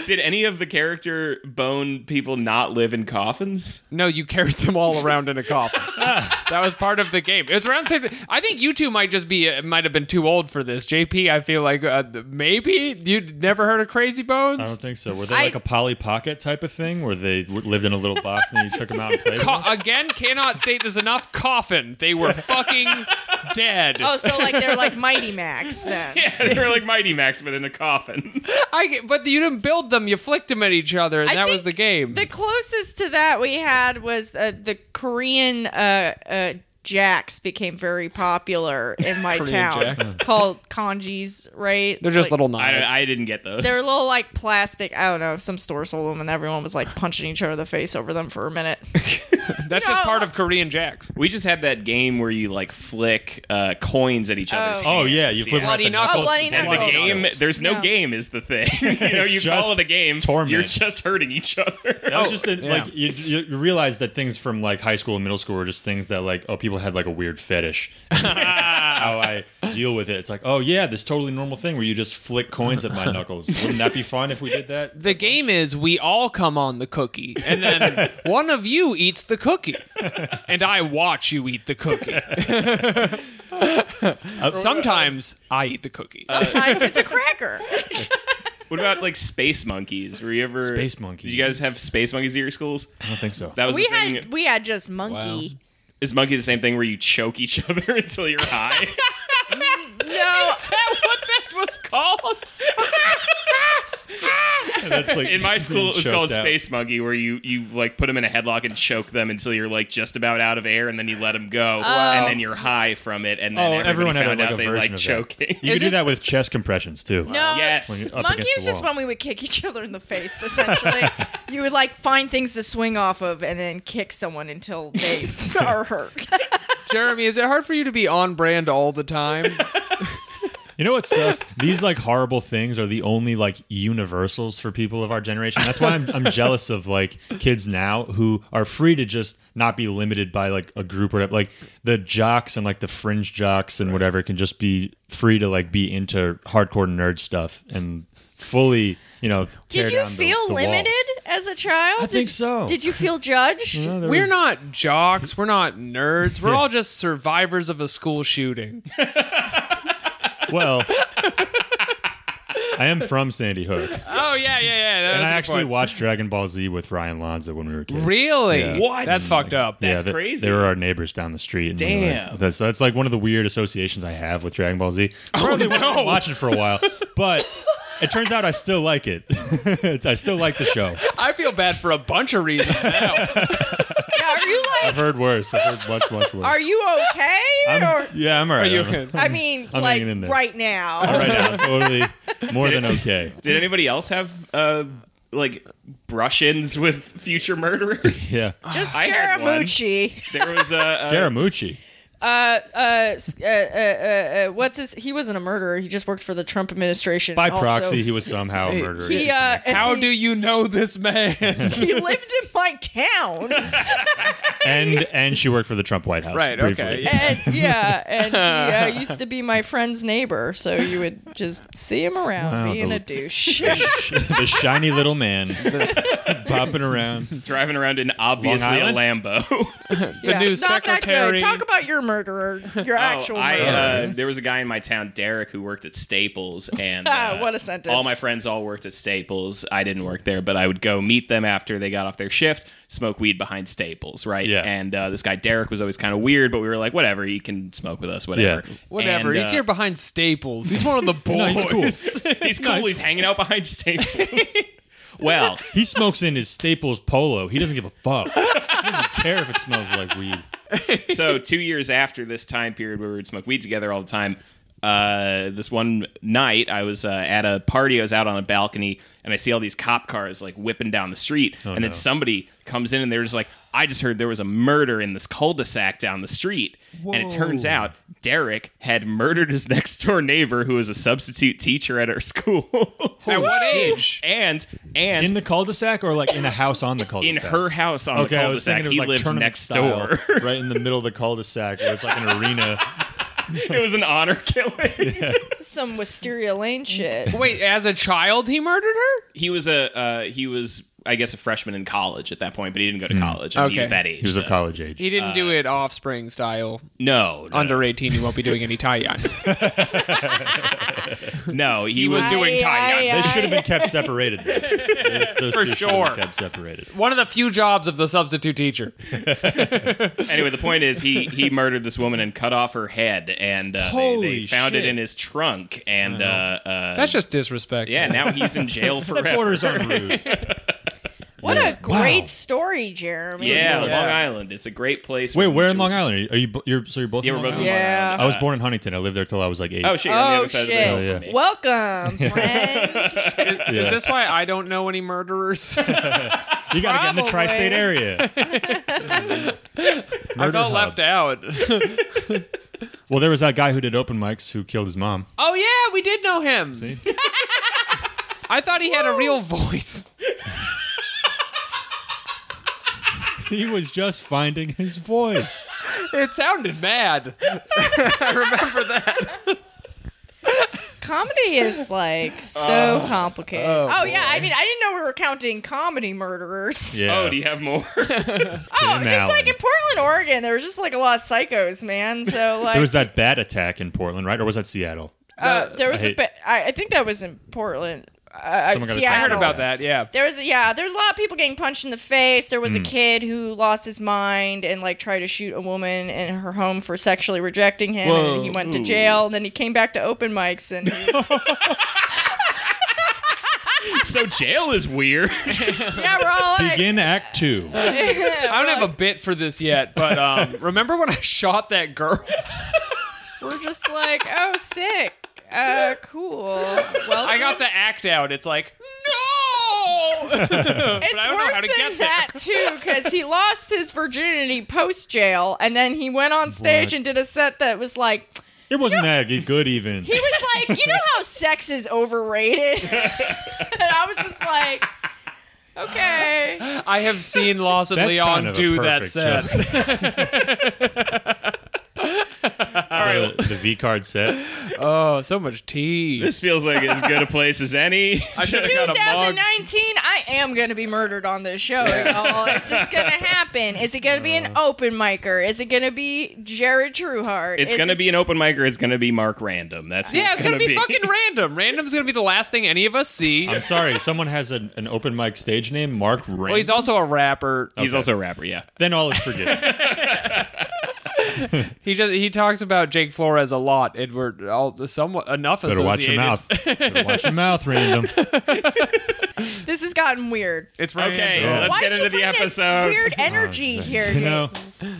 Speaker 2: Did any of the character bone people not live in <laughs> coffins?
Speaker 1: No, you carried them all around in a
Speaker 4: <laughs>
Speaker 1: coffin. that was part of the game. It was around. Same, I think you two might just be uh, might have been too old for this. JP, I feel like uh, maybe you never heard of Crazy Bones.
Speaker 4: I don't think so. Were they
Speaker 3: I-
Speaker 4: like a Polly Pocket type of thing where they w- lived in a little box and then you took them
Speaker 1: <laughs>
Speaker 4: out and played? with
Speaker 1: Co-
Speaker 4: them?
Speaker 1: again, cannot state this enough. Coffin. They
Speaker 4: <laughs>
Speaker 1: were fucking dead.
Speaker 3: Oh, so like they're like Mighty Max <laughs> then.
Speaker 2: They're like Mighty Max, but in a coffin.
Speaker 1: I get- but you didn't build them. You flicked them at each other, and
Speaker 3: I
Speaker 1: that was the
Speaker 3: think
Speaker 1: game.
Speaker 3: The closest to that we had was uh, the Korean uh, uh, jacks became very popular in my
Speaker 1: Korean
Speaker 3: town.
Speaker 1: jacks.
Speaker 3: It's called kanjis, right?
Speaker 1: They're just
Speaker 3: Like-
Speaker 1: little
Speaker 2: I,
Speaker 1: knives.
Speaker 2: I didn't get those.
Speaker 3: They're little like plastic. I don't know. Some stores sold them, and everyone was like punching each other in the face over them for a minute.
Speaker 1: That's just
Speaker 3: No.
Speaker 1: part of Korean jacks.
Speaker 2: we just had that game where you like flick uh, coins at each other's.
Speaker 3: Oh.
Speaker 4: Oh
Speaker 2: hands.
Speaker 4: yeah, you flip them out
Speaker 1: Bloody
Speaker 4: the
Speaker 1: knuckles.
Speaker 4: knuckles.
Speaker 3: Oh, bloody
Speaker 2: And the
Speaker 3: knuckles.
Speaker 2: game, there's no
Speaker 3: No.
Speaker 2: game, is the thing. <laughs> you know,
Speaker 4: <laughs> It's
Speaker 2: you call
Speaker 4: just
Speaker 2: it a game.
Speaker 4: torment.
Speaker 2: You're just hurting each other.
Speaker 4: <laughs> That was just in,
Speaker 1: yeah.
Speaker 4: like you, you realize that things from like high school and middle school were just things that like oh people had like a weird fetish. <laughs> how I deal with it. It's like oh yeah, this totally normal thing where you just flick coins at <laughs> my knuckles. Wouldn't that be fun if we did that?
Speaker 1: The game is we all come on the cookie, and
Speaker 4: <laughs>
Speaker 1: then one of you eats the cookie, and I watch you eat the
Speaker 4: <laughs>
Speaker 1: cookie.
Speaker 4: Uh,
Speaker 1: Sometimes I eat the cookie.
Speaker 3: <laughs> Sometimes it's a cracker.
Speaker 2: What about like space monkeys? Were you ever
Speaker 4: Space monkeys.
Speaker 2: Did you guys have space monkeys at your schools?
Speaker 4: I don't think so.
Speaker 2: That was
Speaker 3: We
Speaker 2: the thing.
Speaker 3: had we had just monkey.
Speaker 2: Is monkey the same thing where you choke each <laughs> other until you're
Speaker 4: <laughs>
Speaker 2: high?
Speaker 3: No,
Speaker 1: that what that was called?
Speaker 4: That's like
Speaker 2: in
Speaker 4: <laughs>
Speaker 2: my school, it was
Speaker 4: Choked
Speaker 2: called
Speaker 4: out.
Speaker 2: space monkey, where you you like put them in a headlock and choke them until you're like just about out of air, and then you let them go, and then you're high from it, and then
Speaker 4: oh,
Speaker 2: everybody
Speaker 4: everyone had
Speaker 2: found
Speaker 4: like
Speaker 2: out
Speaker 4: a
Speaker 2: they
Speaker 4: version
Speaker 2: like
Speaker 4: of
Speaker 2: choking.
Speaker 4: that. You could do that with chest compressions too.
Speaker 3: no.
Speaker 4: When
Speaker 2: Yes.
Speaker 4: you're up
Speaker 3: Monkey
Speaker 4: against
Speaker 3: was
Speaker 4: the
Speaker 3: just
Speaker 4: wall.
Speaker 3: when we would kick each other in the face.
Speaker 4: <laughs>
Speaker 3: Essentially, you would like find things to swing off of, and then kick someone until
Speaker 4: <laughs>
Speaker 3: they are hurt.
Speaker 1: Jeremy, is it hard for you to be on brand all the time?
Speaker 4: You know what sucks? These like horrible things are the only like universals for people of our generation. That's why I'm, I'm jealous of like kids now who are free to just not be limited by like a group or like the jocks and like the fringe jocks and whatever can just be free to like be into hardcore nerd stuff and fully you know. Tear
Speaker 3: Did you
Speaker 4: down the-
Speaker 3: feel
Speaker 4: the walls.
Speaker 3: limited as a child?
Speaker 4: I think
Speaker 3: Did-
Speaker 4: so.
Speaker 3: Did you feel judged?
Speaker 4: <laughs> You know, <laughs> there
Speaker 1: We're
Speaker 4: was-
Speaker 1: not jocks. We're not nerds. We're all just survivors of a school shooting.
Speaker 3: <laughs>
Speaker 4: well. I am from Sandy Hook,
Speaker 1: Oh yeah, yeah, yeah. That
Speaker 4: and
Speaker 1: was
Speaker 4: I
Speaker 1: a good
Speaker 4: actually
Speaker 1: point.
Speaker 4: watched Dragon Ball Z with Ryan Lanza when we were kids.
Speaker 1: really
Speaker 4: Yeah.
Speaker 2: What?
Speaker 1: That's fucked up.
Speaker 2: That's
Speaker 4: they-
Speaker 2: crazy.
Speaker 4: They were our neighbors down the street. and we were like-
Speaker 2: Damn.
Speaker 4: that's, that's like one of the weird associations I have with Dragon Ball Z. Probably won't <laughs>
Speaker 2: no.
Speaker 4: watch it for a while, but it turns out I still like it. <laughs> I still like the show.
Speaker 1: I feel bad for a bunch of reasons now.
Speaker 3: Yeah, are you
Speaker 4: I've
Speaker 3: like,
Speaker 4: <laughs> heard worse. I've heard much, much worse.
Speaker 3: are you okay?
Speaker 4: I'm, <laughs>
Speaker 3: or
Speaker 4: yeah, I'm all right.
Speaker 1: <laughs> you
Speaker 4: I'm-
Speaker 1: can-
Speaker 3: I mean,
Speaker 4: I'm
Speaker 3: like
Speaker 4: hanging in there.
Speaker 3: right now.
Speaker 4: <laughs> all right now, totally more than okay.
Speaker 2: Did anybody else have uh like brush-ins with future murderers?
Speaker 4: Yeah,
Speaker 3: Just
Speaker 2: I had one.
Speaker 3: Scaramucci.
Speaker 2: There was a, a
Speaker 4: Scaramucci.
Speaker 3: Uh, What's his? He wasn't a murderer. He just worked for the Trump administration.
Speaker 4: By
Speaker 3: Also,
Speaker 4: proxy, he was somehow a murderer.
Speaker 3: He, uh,
Speaker 1: How
Speaker 3: he-
Speaker 1: do you know this man?
Speaker 3: he lived in my town?
Speaker 4: and and she worked for the Trump White House.
Speaker 1: Right, okay.
Speaker 4: Briefly.
Speaker 3: <laughs> and yeah, and he uh, used to be my friend's neighbor, so you would just see him around
Speaker 4: Wow,
Speaker 3: being
Speaker 4: the-
Speaker 3: a douche.
Speaker 4: the shiny little man <laughs> popping around.
Speaker 2: driving around in obviously a
Speaker 4: Long
Speaker 2: Lambo.
Speaker 1: The new
Speaker 3: That
Speaker 1: secretary-
Speaker 3: good. Talk about your murderer, your <laughs> actual
Speaker 2: <laughs> Oh, I,
Speaker 3: murderer.
Speaker 2: uh, there was a guy in my town, Derek, who worked at Staples,
Speaker 3: <laughs>
Speaker 2: and
Speaker 3: Ah,
Speaker 2: uh,
Speaker 3: what a sentence.
Speaker 2: All my friends all worked at Staples. I didn't work there, but I would go meet them after they got off their shift, smoke weed behind Staples, right?
Speaker 4: Yeah.
Speaker 2: And uh, this guy Derek was always kind of weird, but we were like, whatever, he can smoke with us, whatever.
Speaker 4: Yeah.
Speaker 1: Whatever.
Speaker 2: And,
Speaker 1: he's
Speaker 2: uh,
Speaker 1: here behind Staples. He's one of the boys.
Speaker 4: No, he's cool.
Speaker 2: <laughs>
Speaker 3: <laughs>
Speaker 2: He's cool. He's hanging out behind Staples. well,
Speaker 4: He smokes in his Staples polo. He doesn't give a fuck. He doesn't care if it smells like weed.
Speaker 2: <laughs> so two years after this time period where we would smoke weed together all the time, uh, this one night I was uh, at a party. I was out on a balcony, and I see all these cop cars like whipping down the street, and then
Speaker 4: Oh, no.
Speaker 2: somebody comes in, and they're just like, "I just heard there was a murder in this cul-de-sac down the street," and it turns out Derek had murdered his <laughs> next door neighbor, who was a substitute teacher at our
Speaker 4: <laughs>
Speaker 2: school.
Speaker 1: At what age?
Speaker 2: and and
Speaker 4: In the cul-de-sac or like in a house on the
Speaker 2: in
Speaker 4: cul-de-sac?
Speaker 2: her house on
Speaker 4: Okay,
Speaker 2: the
Speaker 4: I was
Speaker 2: cul-de-sac,
Speaker 4: thinking it was
Speaker 2: he
Speaker 4: like
Speaker 2: lives
Speaker 4: tournament
Speaker 2: next
Speaker 4: style,
Speaker 2: door.
Speaker 4: right in the middle of the cul-de-sac where it's like an arena.
Speaker 2: <laughs> it was an
Speaker 4: <laughs>
Speaker 2: honor killing.
Speaker 3: Some Wisteria Lane shit.
Speaker 1: <laughs> Wait, as a child, he murdered her?
Speaker 2: He was a uh, he was I guess a freshman in college at that point, but he didn't go to college. and He
Speaker 1: Okay.
Speaker 2: was that age.
Speaker 4: Hmm. He was of
Speaker 2: though.
Speaker 4: college age.
Speaker 1: He didn't do it offspring style.
Speaker 2: Uh, No, no,
Speaker 1: Under 18, he won't be doing
Speaker 2: <laughs>
Speaker 1: any tie on.
Speaker 2: no. He was
Speaker 1: was-
Speaker 2: doing.
Speaker 1: doing tie-dye.
Speaker 3: <laughs> Aye, aye,
Speaker 4: They should
Speaker 3: aye.
Speaker 4: have been kept separated. though. Those, those
Speaker 1: For
Speaker 4: two should have
Speaker 1: sure.
Speaker 4: been kept separated.
Speaker 1: One of the few jobs of the substitute teacher.
Speaker 2: Anyway, the point is he he murdered this woman and cut off her head, and uh, they- they,
Speaker 4: Holy
Speaker 2: found
Speaker 4: shit.
Speaker 2: it in his trunk, and uh, uh,
Speaker 1: That's just disrespect.
Speaker 2: yeah, now he's in
Speaker 4: <laughs>
Speaker 2: jail forever.
Speaker 4: That borders on rude.
Speaker 2: <laughs>
Speaker 3: What a
Speaker 4: Wow.
Speaker 3: great story, Jeremy.
Speaker 2: Yeah,
Speaker 1: Yeah.
Speaker 2: Long Island. It's a great place.
Speaker 4: Wait, where in Long Island are you? Are you bo- you're, so you're both.
Speaker 2: Yeah,
Speaker 4: in
Speaker 2: we're
Speaker 4: Long
Speaker 2: both.
Speaker 4: Island?
Speaker 2: In Long
Speaker 3: Yeah.
Speaker 2: Island.
Speaker 4: I was born in Huntington. I lived there till I was like eight.
Speaker 2: Oh shit! You're on the
Speaker 3: Oh
Speaker 2: other side Of the
Speaker 4: Yeah,
Speaker 2: hill
Speaker 3: shit!
Speaker 2: from me.
Speaker 3: Welcome, friend.
Speaker 1: Is this why I don't know any
Speaker 2: <laughs>
Speaker 1: murderers?
Speaker 4: you gotta get in the
Speaker 3: probably.
Speaker 4: tri-state area.
Speaker 1: I felt left out.
Speaker 4: Well, there was that guy who did open mics who killed his mom. <laughs>
Speaker 1: Oh yeah, we did know him.
Speaker 4: See?
Speaker 1: <laughs> I thought he had a real voice.
Speaker 4: He was just finding his voice.
Speaker 1: It sounded mad. <laughs> I remember that.
Speaker 3: comedy is like so complicated. Oh, yeah, I mean, I didn't know we were counting comedy murderers.
Speaker 4: Yeah.
Speaker 2: Oh, do you have more?
Speaker 3: Oh,
Speaker 4: Tim
Speaker 3: just
Speaker 4: Allen.
Speaker 3: like in Portland, Oregon, there was just like a lot of psychos, man. So like
Speaker 4: There was that bat attack in Portland, right? Or was that Seattle?
Speaker 3: uh, there was
Speaker 4: I
Speaker 3: a
Speaker 4: hate-
Speaker 3: bit. I, I think that was in Portland. Uh,
Speaker 4: Someone got attacked.
Speaker 3: Seattle.
Speaker 1: I heard about that. Yeah.
Speaker 3: There was yeah, there was a lot of people getting punched in the face. There
Speaker 4: Hmm.
Speaker 3: was a kid who lost his mind and like tried to shoot a woman in her home for sexually rejecting him,
Speaker 4: Whoa.
Speaker 3: and he went to jail. And then he came back to open mics and
Speaker 4: <laughs>
Speaker 2: so <laughs> jail is weird. <laughs>
Speaker 3: yeah, we're all like, <laughs>
Speaker 4: Begin Act Two.
Speaker 1: I don't have a bit for this yet, but um, remember when I shot that girl?
Speaker 3: we're just like, oh, sick, uh, cool.
Speaker 4: <laughs>
Speaker 3: Well,
Speaker 1: I got the act out. It's like no. <laughs>
Speaker 3: it's
Speaker 1: I don't know
Speaker 3: worse
Speaker 1: how to
Speaker 3: than
Speaker 1: get there.
Speaker 3: that too
Speaker 1: <laughs>
Speaker 3: because he lost his virginity post jail, and then he went on stage
Speaker 4: What?
Speaker 3: and did a set that was like.
Speaker 4: It wasn't that good even.
Speaker 3: He was like, you know how sex is overrated? <laughs> and I was just like, okay.
Speaker 1: I have seen Lost and
Speaker 4: That's kind
Speaker 1: Leon
Speaker 4: of a
Speaker 1: do that
Speaker 4: perfect
Speaker 1: set.
Speaker 4: the, the V card set.
Speaker 1: <laughs> Oh, so much tea.
Speaker 2: this feels like as good a place as
Speaker 4: <laughs>
Speaker 2: any.
Speaker 1: <laughs> I should have got a mug.
Speaker 3: 2019, I am going to be murdered on this show, y'all. It's just going to happen. Is it going to be an
Speaker 4: Uh.
Speaker 3: open micer? Is it going to be Jared Trueheart?
Speaker 2: It's
Speaker 3: Is
Speaker 2: gonna
Speaker 3: it-
Speaker 2: be an open mic or it's gonna be Mark Random. That's who
Speaker 1: Yeah, it's gonna, be, <laughs>
Speaker 2: <laughs>
Speaker 1: fucking random. Random's gonna be the last thing any of us see.
Speaker 4: I'm sorry, someone has an, an open mic stage name, Mark Rain.
Speaker 1: well, he's also a rapper.
Speaker 4: Oh.
Speaker 2: He's also a rapper. Yeah.
Speaker 4: then all is forgiven.
Speaker 1: He just he talks about Jake Flores a lot, and we're all somewhat enough
Speaker 4: Better
Speaker 1: associated.
Speaker 4: watch your mouth. Better watch your mouth, random.
Speaker 3: This has gotten weird.
Speaker 1: It's random.
Speaker 2: Okay,
Speaker 4: Yeah.
Speaker 2: let's
Speaker 3: Why'd
Speaker 2: get
Speaker 3: you
Speaker 2: into the
Speaker 3: bring this
Speaker 2: episode.
Speaker 3: weird energy here, <laughs>
Speaker 4: You know,
Speaker 3: Jake?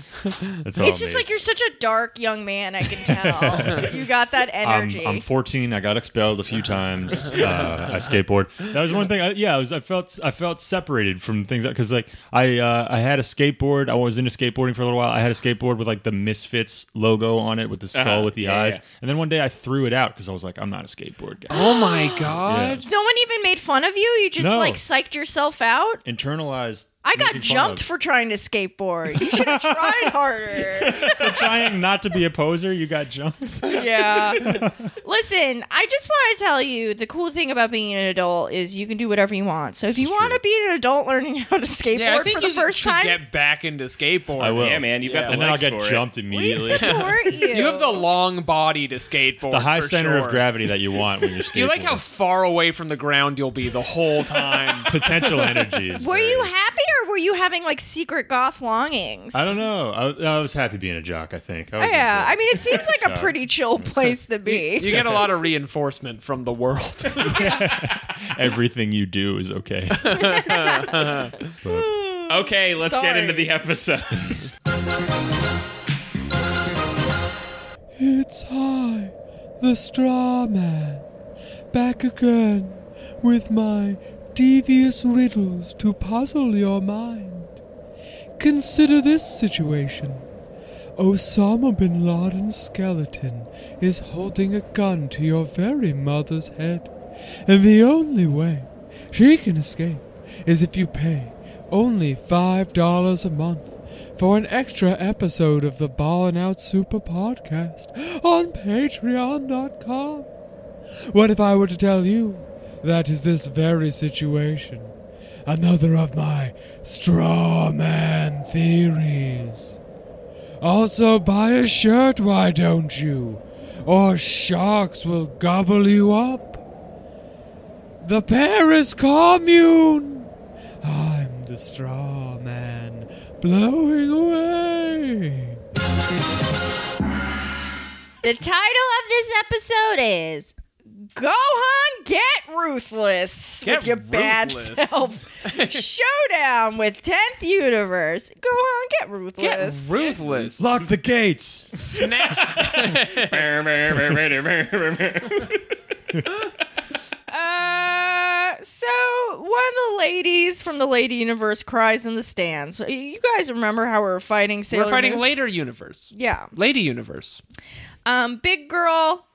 Speaker 4: that's all.
Speaker 3: It's just
Speaker 4: me.
Speaker 3: like you're such a dark young man, I can tell.
Speaker 4: <laughs>
Speaker 3: you got that
Speaker 4: I'm,
Speaker 3: energy.
Speaker 4: I'm 14. I got expelled
Speaker 3: <laughs>
Speaker 4: a few times. Uh, I skateboard. That was one thing. I, yeah, I, was, I felt I felt separated from things because like I uh, I had a skateboard. I was into skateboarding for a little while. I had a skateboard with like the Misfits logo on it with the skull
Speaker 2: Uh-huh.
Speaker 4: with the
Speaker 2: Yeah,
Speaker 4: eyes.
Speaker 2: yeah.
Speaker 4: And then one day I threw it out because I was like, I'm not a skateboard guy.
Speaker 1: Oh my god.
Speaker 3: no one even made fun of you. You just
Speaker 4: No.
Speaker 3: like psyched yourself out.
Speaker 4: Internalized.
Speaker 3: I got
Speaker 4: making fun
Speaker 3: jumped
Speaker 4: of.
Speaker 3: for trying to skateboard. You should have
Speaker 4: <laughs>
Speaker 3: tried harder.
Speaker 4: for trying not to be a poser. You got
Speaker 2: <laughs>
Speaker 4: jumped.
Speaker 3: Yeah. Listen, I just want to tell you the cool thing about being an adult is you can do whatever you want. So if you
Speaker 4: is
Speaker 3: want
Speaker 4: true.
Speaker 3: to be an adult learning how to skateboard
Speaker 1: Yeah, I think
Speaker 3: for the
Speaker 1: you
Speaker 3: first
Speaker 1: should
Speaker 3: time,
Speaker 1: get back into skateboarding.
Speaker 4: I will.
Speaker 2: Yeah, man, you've got the
Speaker 4: Oh. And then I'll
Speaker 2: legs
Speaker 4: get
Speaker 2: for it.
Speaker 4: jumped
Speaker 3: we
Speaker 1: <laughs>
Speaker 4: immediately.
Speaker 3: support you.
Speaker 1: You have the long body to skateboard.
Speaker 4: The high
Speaker 1: for
Speaker 4: center of
Speaker 1: sure.
Speaker 4: gravity that you want when
Speaker 3: <laughs>
Speaker 4: you're skateboarding.
Speaker 1: You like how far away from the ground you'll be the whole
Speaker 3: <laughs>
Speaker 1: time.
Speaker 4: potential energy is.
Speaker 3: Were
Speaker 4: very-
Speaker 3: you happy or were you having like secret goth longings?
Speaker 4: I don't know. I, I was happy being a jock. I think. I was
Speaker 3: Oh, Yeah,
Speaker 4: into it.
Speaker 3: I mean, it seems like a pretty
Speaker 1: <laughs>
Speaker 3: chill place to be.
Speaker 1: you get a lot of reinforcement from the
Speaker 3: <laughs>
Speaker 1: world.
Speaker 4: everything you do is okay.
Speaker 2: Okay, let's get
Speaker 3: Sorry.
Speaker 2: into the episode.
Speaker 5: It's I, the straw man, back again with my devious riddles to puzzle your mind. Consider this situation. Osama bin Laden's skeleton is holding a gun to your very mother's head, and the only way she can escape is if you pay only $5 a month for an extra episode of the Ballin' Out Super podcast on patreon.com. What if I were to tell you that is this very situation? Another of my straw man theories. Also, buy a shirt, why don't you? Or sharks will gobble you up. The Paris Commune! I'm the straw man blowing away.
Speaker 3: The title of this episode is Gohan Get Ruthless
Speaker 1: Get
Speaker 3: with Your Bad
Speaker 1: Ruthless. <laughs>
Speaker 3: Self. Showdown with 10th Universe. Gohan Get
Speaker 1: Get
Speaker 3: Ruthless.
Speaker 1: ruthless.
Speaker 4: <laughs> Lock the gates.
Speaker 1: Snap.
Speaker 4: <laughs>
Speaker 3: uh, so, one of the ladies from the Lady Universe cries in the stands. You guys remember how we were fighting Sailor
Speaker 1: We're fighting
Speaker 3: Moon?
Speaker 1: later universe.
Speaker 3: yeah.
Speaker 1: Lady universe.
Speaker 3: um, big girl,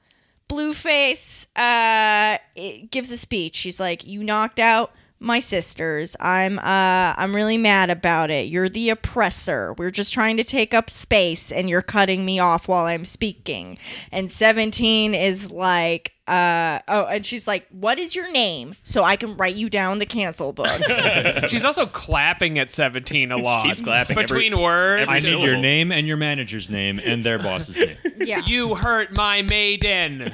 Speaker 3: blue face, uh, it gives a speech. She's like, "You knocked out my sisters. I'm, uh, I'm really mad about it. You're the oppressor. We're just trying to take up space, and you're cutting me off while I'm speaking." And seventeen is like. Uh, oh, and she's like, "What is your name?" So I can write you down the cancel book.
Speaker 1: <laughs> She's also clapping at 17 a lot.
Speaker 2: keeps clapping every-
Speaker 1: Between words.
Speaker 2: every
Speaker 4: I need your
Speaker 2: Syllable.
Speaker 4: name and your manager's name and their boss's name.
Speaker 3: yeah.
Speaker 1: You hurt my <laughs> maiden.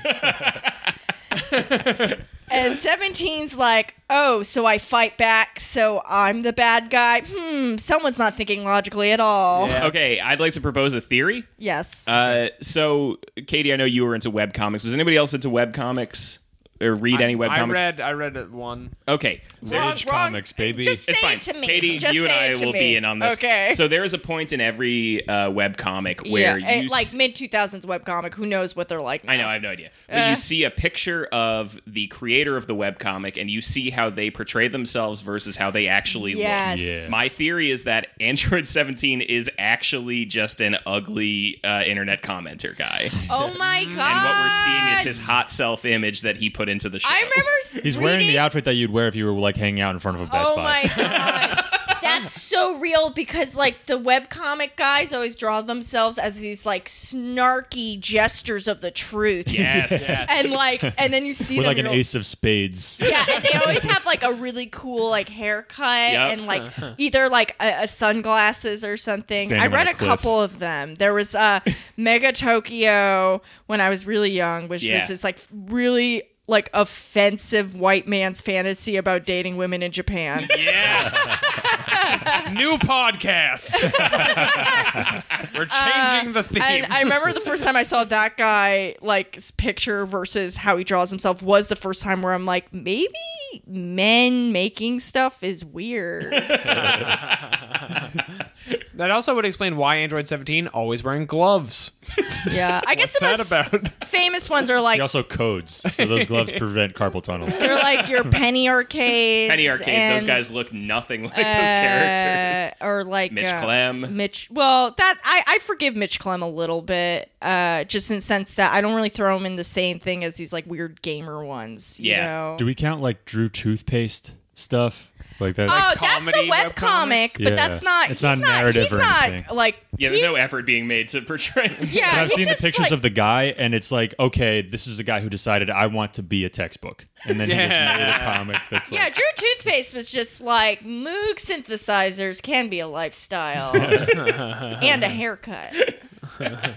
Speaker 3: And 17's like, oh, so I fight back, so I'm the bad guy. Hmm, someone's not thinking logically at all.
Speaker 2: Okay, I'd like to propose a theory.
Speaker 3: Yes.
Speaker 2: Uh, so, Katie, I know you were into web comics. Was anybody else into web comics or read any web
Speaker 1: I
Speaker 2: comics?
Speaker 1: read I read it one.
Speaker 2: Okay,
Speaker 4: Rage comics, baby.
Speaker 3: Just say
Speaker 2: it's fine.
Speaker 3: it to me.
Speaker 2: Katie,
Speaker 3: Just
Speaker 2: you and
Speaker 3: say
Speaker 2: I
Speaker 3: it to
Speaker 2: will
Speaker 3: me.
Speaker 2: be in on this.
Speaker 3: Okay.
Speaker 2: So there is a point in every uh, web comic where
Speaker 3: yeah, and,
Speaker 2: you
Speaker 3: like
Speaker 2: s-
Speaker 3: mid 2000s webcomic, who knows what they're like now.
Speaker 2: I know, I have no idea. But
Speaker 3: Eh.
Speaker 2: you see a picture of the creator of the webcomic and you see how they portray themselves versus how they actually
Speaker 3: Yes.
Speaker 4: Yeah.
Speaker 2: look. My theory is that Android <laughs> 17 is actually just an ugly uh, internet commenter guy.
Speaker 3: Oh my god.
Speaker 2: And what we're seeing is his hot self image that he put into the <laughs> show.
Speaker 3: I remember s-
Speaker 4: <laughs> He's wearing the
Speaker 3: reading-
Speaker 4: outfit that you'd wear if you were like hanging out in front of a Best
Speaker 3: Oh
Speaker 4: Buy. <laughs>
Speaker 3: my god. That's so real because like the webcomic guys always draw themselves as these like snarky gestures of the truth. <laughs>
Speaker 2: Yes.
Speaker 3: And like and
Speaker 4: <laughs>
Speaker 3: then you see
Speaker 4: With
Speaker 3: them
Speaker 4: like an
Speaker 3: real-
Speaker 4: ace of spades.
Speaker 3: Yeah, and they always have like a really cool like haircut
Speaker 2: Yep.
Speaker 3: and like either like a, a sunglasses or something.
Speaker 4: Standing
Speaker 3: I
Speaker 4: on
Speaker 3: read
Speaker 4: a
Speaker 3: a,
Speaker 4: cliff.
Speaker 3: couple of them. There was
Speaker 4: <laughs>
Speaker 3: uh, Mega Tokyo when I was really young, which
Speaker 2: Yeah.
Speaker 3: was this like really like offensive white man's fantasy about dating women in
Speaker 4: <laughs>
Speaker 3: Japan. <laughs>
Speaker 1: Yes. New podcast. We're changing the theme.
Speaker 3: And Uh, I remember the first time I saw that guy like s- picture versus how he draws himself was the first time where I'm like, maybe men making stuff is
Speaker 2: <laughs>
Speaker 3: weird.
Speaker 1: that also would explain why Android 17 always wearing gloves.
Speaker 3: Yeah, I guess
Speaker 1: What's
Speaker 3: the
Speaker 1: that
Speaker 3: most
Speaker 1: about?
Speaker 3: <laughs> famous ones are like
Speaker 4: He also codes, so those gloves prevent carpal
Speaker 3: <laughs>
Speaker 4: tunnel.
Speaker 3: they're like
Speaker 2: <laughs>
Speaker 3: your penny arcades,
Speaker 2: Penny Arcade, those
Speaker 3: and,
Speaker 2: guys look nothing like
Speaker 3: uh,
Speaker 2: those characters.
Speaker 3: or like
Speaker 2: Mitch
Speaker 3: uh,
Speaker 2: Clem.
Speaker 3: Mitch, well, that I, I forgive Mitch Clem a little bit, uh, just in the sense that I don't really throw him in the same thing as these like weird gamer ones. You
Speaker 2: Yeah.
Speaker 3: know?
Speaker 4: Do we count like Drew toothpaste stuff like that?
Speaker 3: Oh, that's a
Speaker 1: comedy
Speaker 3: webcomic,
Speaker 1: webcomics?
Speaker 3: but
Speaker 4: Yeah.
Speaker 3: that's not.
Speaker 4: It's
Speaker 3: he's
Speaker 4: not narrative
Speaker 3: He's
Speaker 4: or
Speaker 3: not
Speaker 4: anything.
Speaker 3: like.
Speaker 2: Yeah, there's
Speaker 3: he's-
Speaker 2: no effort being made to portray.
Speaker 3: Yeah,
Speaker 4: But I've
Speaker 3: he's
Speaker 4: seen the
Speaker 3: just,
Speaker 4: pictures
Speaker 3: like-
Speaker 4: of the guy, and it's like, okay, this is a guy who decided I want to be a textbook, and then he
Speaker 1: Yeah.
Speaker 4: just made a comic that's
Speaker 3: Yeah,
Speaker 4: like,
Speaker 3: Drew Toothpaste was just like Moog synthesizers can be a lifestyle
Speaker 4: <laughs>
Speaker 3: and a haircut.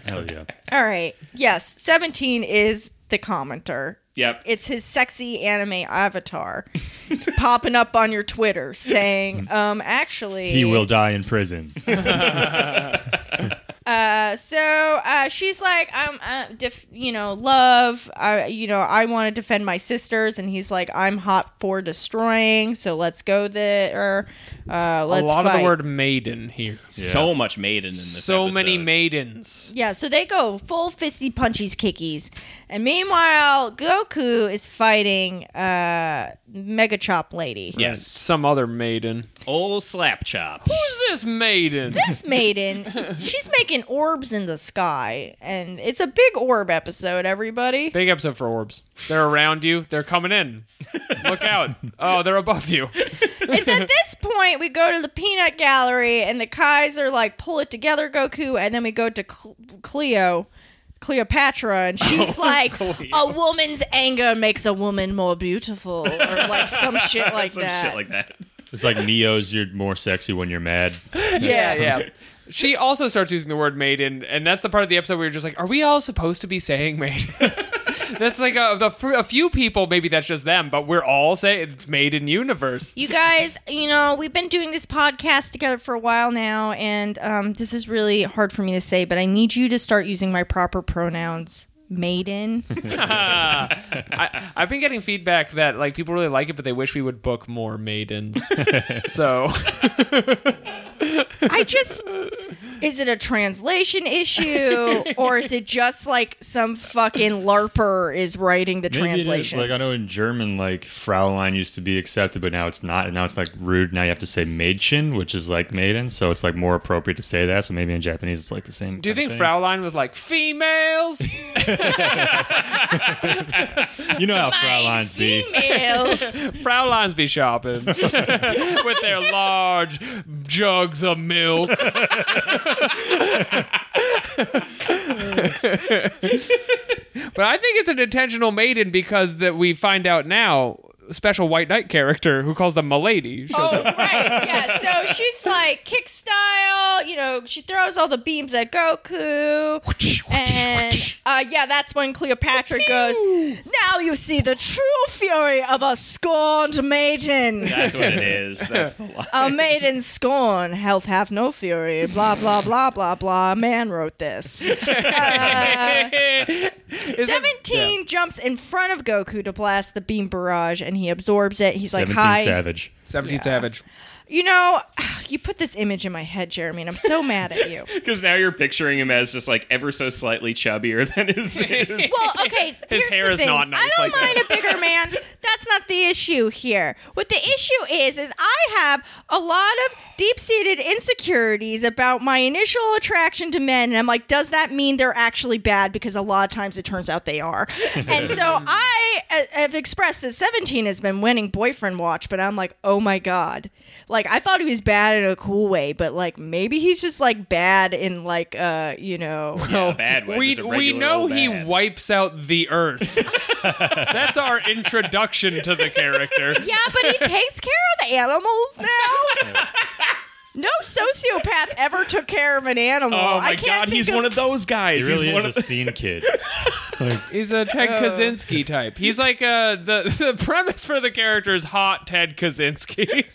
Speaker 4: hell yeah.
Speaker 3: All right. Yes, 17 is the commenter.
Speaker 2: Yep.
Speaker 3: It's his sexy anime
Speaker 4: <laughs>
Speaker 3: avatar popping up on your Twitter saying, um, actually.
Speaker 4: He will die in prison. <laughs>
Speaker 3: Uh, so uh, she's like, I'm, uh, def- you know, love, uh, you know, I want to defend my sisters. And he's like, I'm hot for destroying. So let's go there. Uh,
Speaker 1: A
Speaker 3: let's
Speaker 1: lot of
Speaker 3: fight."
Speaker 1: the word maiden here.
Speaker 2: So much maiden in this
Speaker 1: So many
Speaker 2: episode.
Speaker 1: maidens.
Speaker 3: Yeah, so they go full fisty punchies kickies. And meanwhile, Goku is fighting uh Mega Chop Lady.
Speaker 1: <laughs>
Speaker 2: Yes.
Speaker 1: Some other maiden.
Speaker 2: Old slap chop.
Speaker 1: Who's this maiden?
Speaker 3: This maiden, she's making orbs in the sky, and it's a big orb episode, everybody.
Speaker 1: Big episode for orbs. They're around you. They're coming in. Look out. Oh, they're above you.
Speaker 3: it's at
Speaker 2: <laughs>
Speaker 3: this point we go to the peanut gallery and the Kais are like pull it together Goku and then we go to Cl- Cleo Cleopatra
Speaker 2: Oh,
Speaker 3: and she's
Speaker 2: <laughs>
Speaker 3: like a woman's anger makes a woman more beautiful or like some
Speaker 2: <laughs>
Speaker 3: shit like
Speaker 2: Some
Speaker 3: that.
Speaker 2: shit like that.
Speaker 4: It's like Neo's. You're more sexy when you're mad.
Speaker 3: yeah.
Speaker 1: <laughs> yeah. She also starts using the word maiden, and that's the part of the episode where you're just like, are we all supposed to be saying maiden? <laughs> that's like a, the, for a few people, maybe that's just them, but we're all saying it's maiden universe.
Speaker 3: You guys, you know, we've been doing this podcast together for a while now, and um, this is really hard for me to say, but I need you to start using my proper pronouns. Maiden.
Speaker 1: I, I've been getting feedback that like people really like it, but they wish we would book more <laughs> maidens. so
Speaker 3: I just. Is it a translation <laughs> issue, or is it just like some fucking LARPer is writing the
Speaker 4: Maybe it is.
Speaker 3: translation?
Speaker 4: Like I know in German, like Fraulein used to be accepted, but now it's not, and now it's like rude. Now you have to say Mädchen, which is like maiden, so it's like more appropriate to say that. So maybe in Japanese, it's like the same.
Speaker 1: do you
Speaker 4: kind of
Speaker 1: think
Speaker 4: thing.
Speaker 1: Fraulein was like females?
Speaker 4: You know how Fraulein's be. <laughs>
Speaker 3: Females.
Speaker 1: Frauleins be shopping <laughs> with their large jugs of milk. but I think it's an intentional maiden because that we find out now special white knight character who calls them milady. shows
Speaker 3: oh, right. Yeah. So she's like kick style. You know, she throws all the beams at Goku. And uh, yeah, that's when Cleopatra goes, Now you see the true fury of a scorned maiden.
Speaker 2: That's what it is.
Speaker 1: <laughs>
Speaker 2: That's the lie.
Speaker 3: A maiden scorn, health have no fury, blah, blah, blah, blah, blah. Man wrote this.
Speaker 1: Is it-
Speaker 3: 17 jumps in front of Goku to blast the beam barrage and he absorbs it. He's like,
Speaker 4: Seventeen
Speaker 3: Hi.
Speaker 4: Savage.
Speaker 1: 17 Savage.
Speaker 3: You know, <sighs> you put this image in my head, Jeremy, and I'm so mad at you.
Speaker 2: Because now you're picturing him as just like ever so slightly chubbier than his.
Speaker 1: <laughs>
Speaker 2: his
Speaker 3: <laughs> Well, okay. here's
Speaker 1: hair
Speaker 3: the
Speaker 1: is
Speaker 3: thing.
Speaker 1: not nice
Speaker 3: I
Speaker 1: like
Speaker 3: don't mind a bigger
Speaker 1: <laughs>
Speaker 3: man. That's not the issue here. What the issue is is I have a lot of deep-seated insecurities about my initial attraction to men, and I'm like, does that mean they're actually bad? Because a lot of times it turns out they
Speaker 1: <laughs>
Speaker 3: are. and so I uh, have expressed that 17 has been winning boyfriend watch, but I'm like, oh my god, like I thought he was bad in a cool way, but like maybe he's just like bad in like uh you know.
Speaker 1: <laughs>
Speaker 2: yeah, bad way.
Speaker 1: We,
Speaker 2: just a
Speaker 1: we
Speaker 2: regular
Speaker 1: know
Speaker 2: old
Speaker 1: he
Speaker 2: bad.
Speaker 1: wipes out the earth.
Speaker 2: <laughs>
Speaker 1: That's our introduction to the character.
Speaker 3: Yeah, but he takes care of animals now. No sociopath ever took care of an animal.
Speaker 2: Oh
Speaker 3: I
Speaker 2: my
Speaker 3: can't
Speaker 2: god,
Speaker 3: think
Speaker 2: he's
Speaker 3: of-
Speaker 2: one of those guys.
Speaker 4: He really
Speaker 2: he's
Speaker 4: is
Speaker 2: one
Speaker 4: a
Speaker 2: of the-
Speaker 4: scene kid.
Speaker 1: He's a Ted
Speaker 3: Oh.
Speaker 1: Kaczynski type. He's like uh, the <laughs> the premise for the character is hot Ted Kaczynski.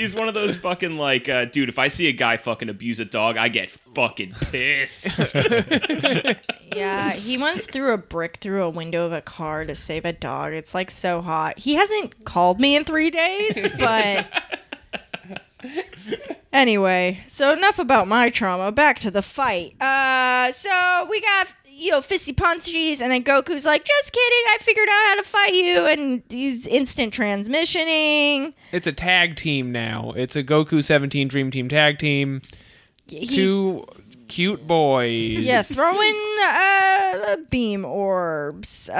Speaker 1: <laughs>
Speaker 2: He's one of those fucking like, uh, dude. If I see a guy fucking abuse a dog, I get
Speaker 1: <laughs>
Speaker 2: fucking pissed.
Speaker 3: Yeah, he once threw a brick through a window of a car to save a dog. It's like so hot. He hasn't called me in three
Speaker 2: <laughs>
Speaker 3: days, but. Anyway, so enough about my trauma. Back to the fight. Uh, so we got you know fisty punchies, and then Goku's like, "Just kidding! I figured out how to fight you." And he's instant transmissioning.
Speaker 1: it's a tag team now. It's a Goku 17 Dream Team tag team.
Speaker 3: He's-
Speaker 1: Two cute boys.
Speaker 3: Yeah, throwing uh, beam orbs. Uh,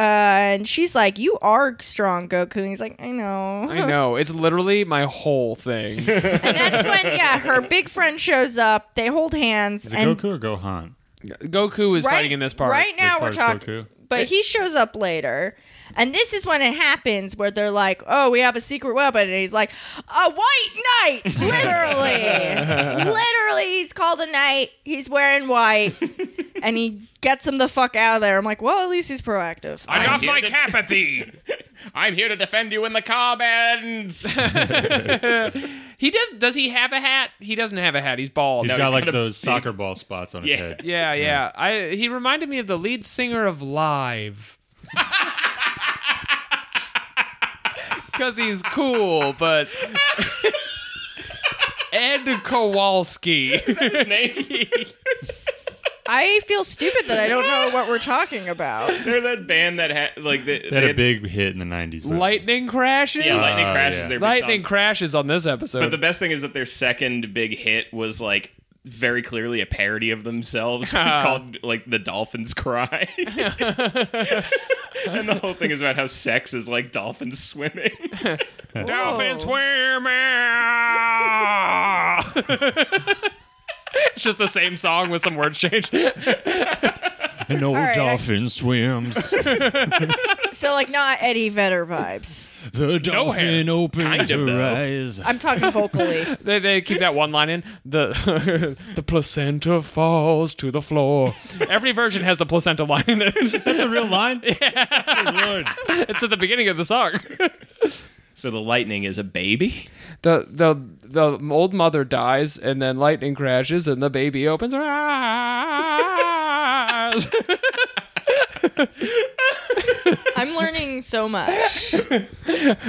Speaker 3: and she's like, You are strong, Goku. And he's like, I know. <laughs>
Speaker 1: I know. It's literally my whole thing.
Speaker 3: And that's when, yeah, her big friend shows up. They hold hands.
Speaker 4: Is it
Speaker 3: and
Speaker 4: Goku or Gohan?
Speaker 1: Goku is fighting in this part.
Speaker 3: Right
Speaker 4: This
Speaker 3: now, we're
Speaker 4: part is
Speaker 3: talking.
Speaker 4: Goku.
Speaker 3: But he shows up later. And this is when it happens where they're like, oh, we have a secret weapon. And he's like, a white knight. Literally. Literally, he's called a knight. He's wearing white. And he gets him the fuck out of there. I'm like, well, at least he's proactive.
Speaker 2: I'm
Speaker 1: <laughs>
Speaker 2: here to-
Speaker 1: cap at thee.
Speaker 2: I'm here to defend you when the cob ends.
Speaker 1: <laughs> He does. Does he have a hat? He doesn't have a hat. He's bald.
Speaker 4: He's
Speaker 2: No,
Speaker 4: got
Speaker 2: he's
Speaker 4: like
Speaker 2: got a
Speaker 4: those
Speaker 2: big-
Speaker 4: soccer ball spots on his
Speaker 2: Yeah.
Speaker 4: head.
Speaker 1: yeah, yeah. I. He reminded me of the lead singer of <laughs> Live. Because he's cool, but. Ed Kowalski.
Speaker 2: His name.
Speaker 3: I feel stupid that I don't know what we're talking about.
Speaker 2: They're that band that had like the,
Speaker 4: They had a big hit in the '90s. but-
Speaker 1: Lightning crashes?
Speaker 2: yeah, lightning
Speaker 4: Oh,
Speaker 2: crashes.
Speaker 4: yeah.
Speaker 2: Their big
Speaker 1: <laughs> Lightning
Speaker 2: song.
Speaker 1: crashes on this episode.
Speaker 2: But the best thing is that their second big hit was like very clearly a parody of themselves. <laughs> It's called like the Dolphins <laughs> Cry, and the whole thing is about how sex is like dolphins swimming.
Speaker 1: Dolphin swimmer. <laughs> it's just the same song with some words changed.
Speaker 4: An old
Speaker 3: right, I-
Speaker 4: dolphin swims.
Speaker 3: So like not Eddie Vedder vibes.
Speaker 4: <laughs> The dolphin opens
Speaker 2: Kind of,
Speaker 4: her
Speaker 2: though.
Speaker 4: eyes.
Speaker 3: I'm talking vocally.
Speaker 1: They, they keep that one line in. The <laughs> the placenta falls to the floor. Every version has the placenta line in it. <laughs>
Speaker 4: <laughs> That's a real <laughs> line. Good lord.
Speaker 1: It's at the beginning of the song.
Speaker 2: So the lightning is a baby.
Speaker 1: <laughs> the the the old mother dies and then lightning crashes and the baby opens her <laughs> eyes.
Speaker 3: I'm learning so much.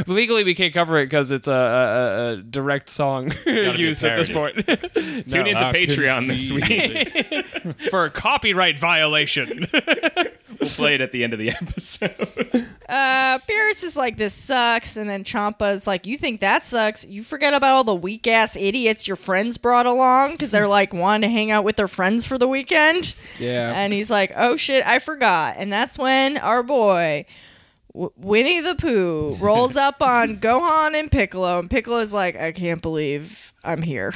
Speaker 1: Legally, we can't cover it because it's a, a, a- a direct song
Speaker 2: be a
Speaker 1: <laughs> use at this point <laughs>
Speaker 2: Tune into
Speaker 4: I couldn't
Speaker 2: Patreon this
Speaker 4: feed
Speaker 2: week.
Speaker 1: for copyright violation.
Speaker 2: we'll play it at the end of the episode.
Speaker 3: Uh, Beerus is like, this sucks, and then Champa's like, you think that sucks? You forget about all the weak ass idiots your friends brought along because they're like wanting to hang out with their friends for the weekend.
Speaker 1: Yeah.
Speaker 3: And he's like, oh shit, I forgot. And that's when our boy. W- Winnie the Pooh rolls up on Gohan and Piccolo, and Piccolo's like, I can't believe I'm here.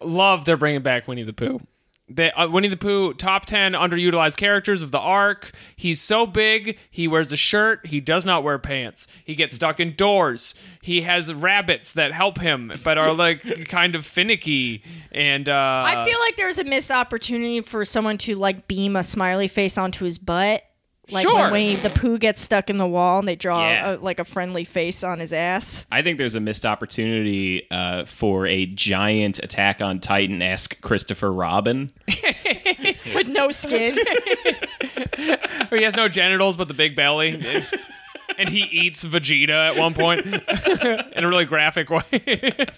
Speaker 1: Love they're bringing back Winnie the Pooh. They, uh, Winnie the Pooh, top 10 underutilized characters of the arc. He's so big, he wears a shirt. He does not wear pants. He gets stuck in doors. He has rabbits that help him, but are like <laughs> kind of finicky. And uh,
Speaker 3: I feel like there's a missed opportunity for someone to like beam a smiley face onto his butt. Like
Speaker 1: Sure.
Speaker 3: when Winnie the Pooh gets stuck in the wall and they draw a,
Speaker 2: Yeah.
Speaker 3: like a friendly face on
Speaker 1: <laughs>
Speaker 3: his ass.
Speaker 2: <laughs> I think there's a missed opportunity uh, for a giant Attack on Titan esque Christopher Robin.
Speaker 3: With
Speaker 1: <laughs>
Speaker 3: no skin.
Speaker 1: or he has no genitals but the big belly. and he eats Vegeta at one point <laughs> in a really graphic way. <laughs>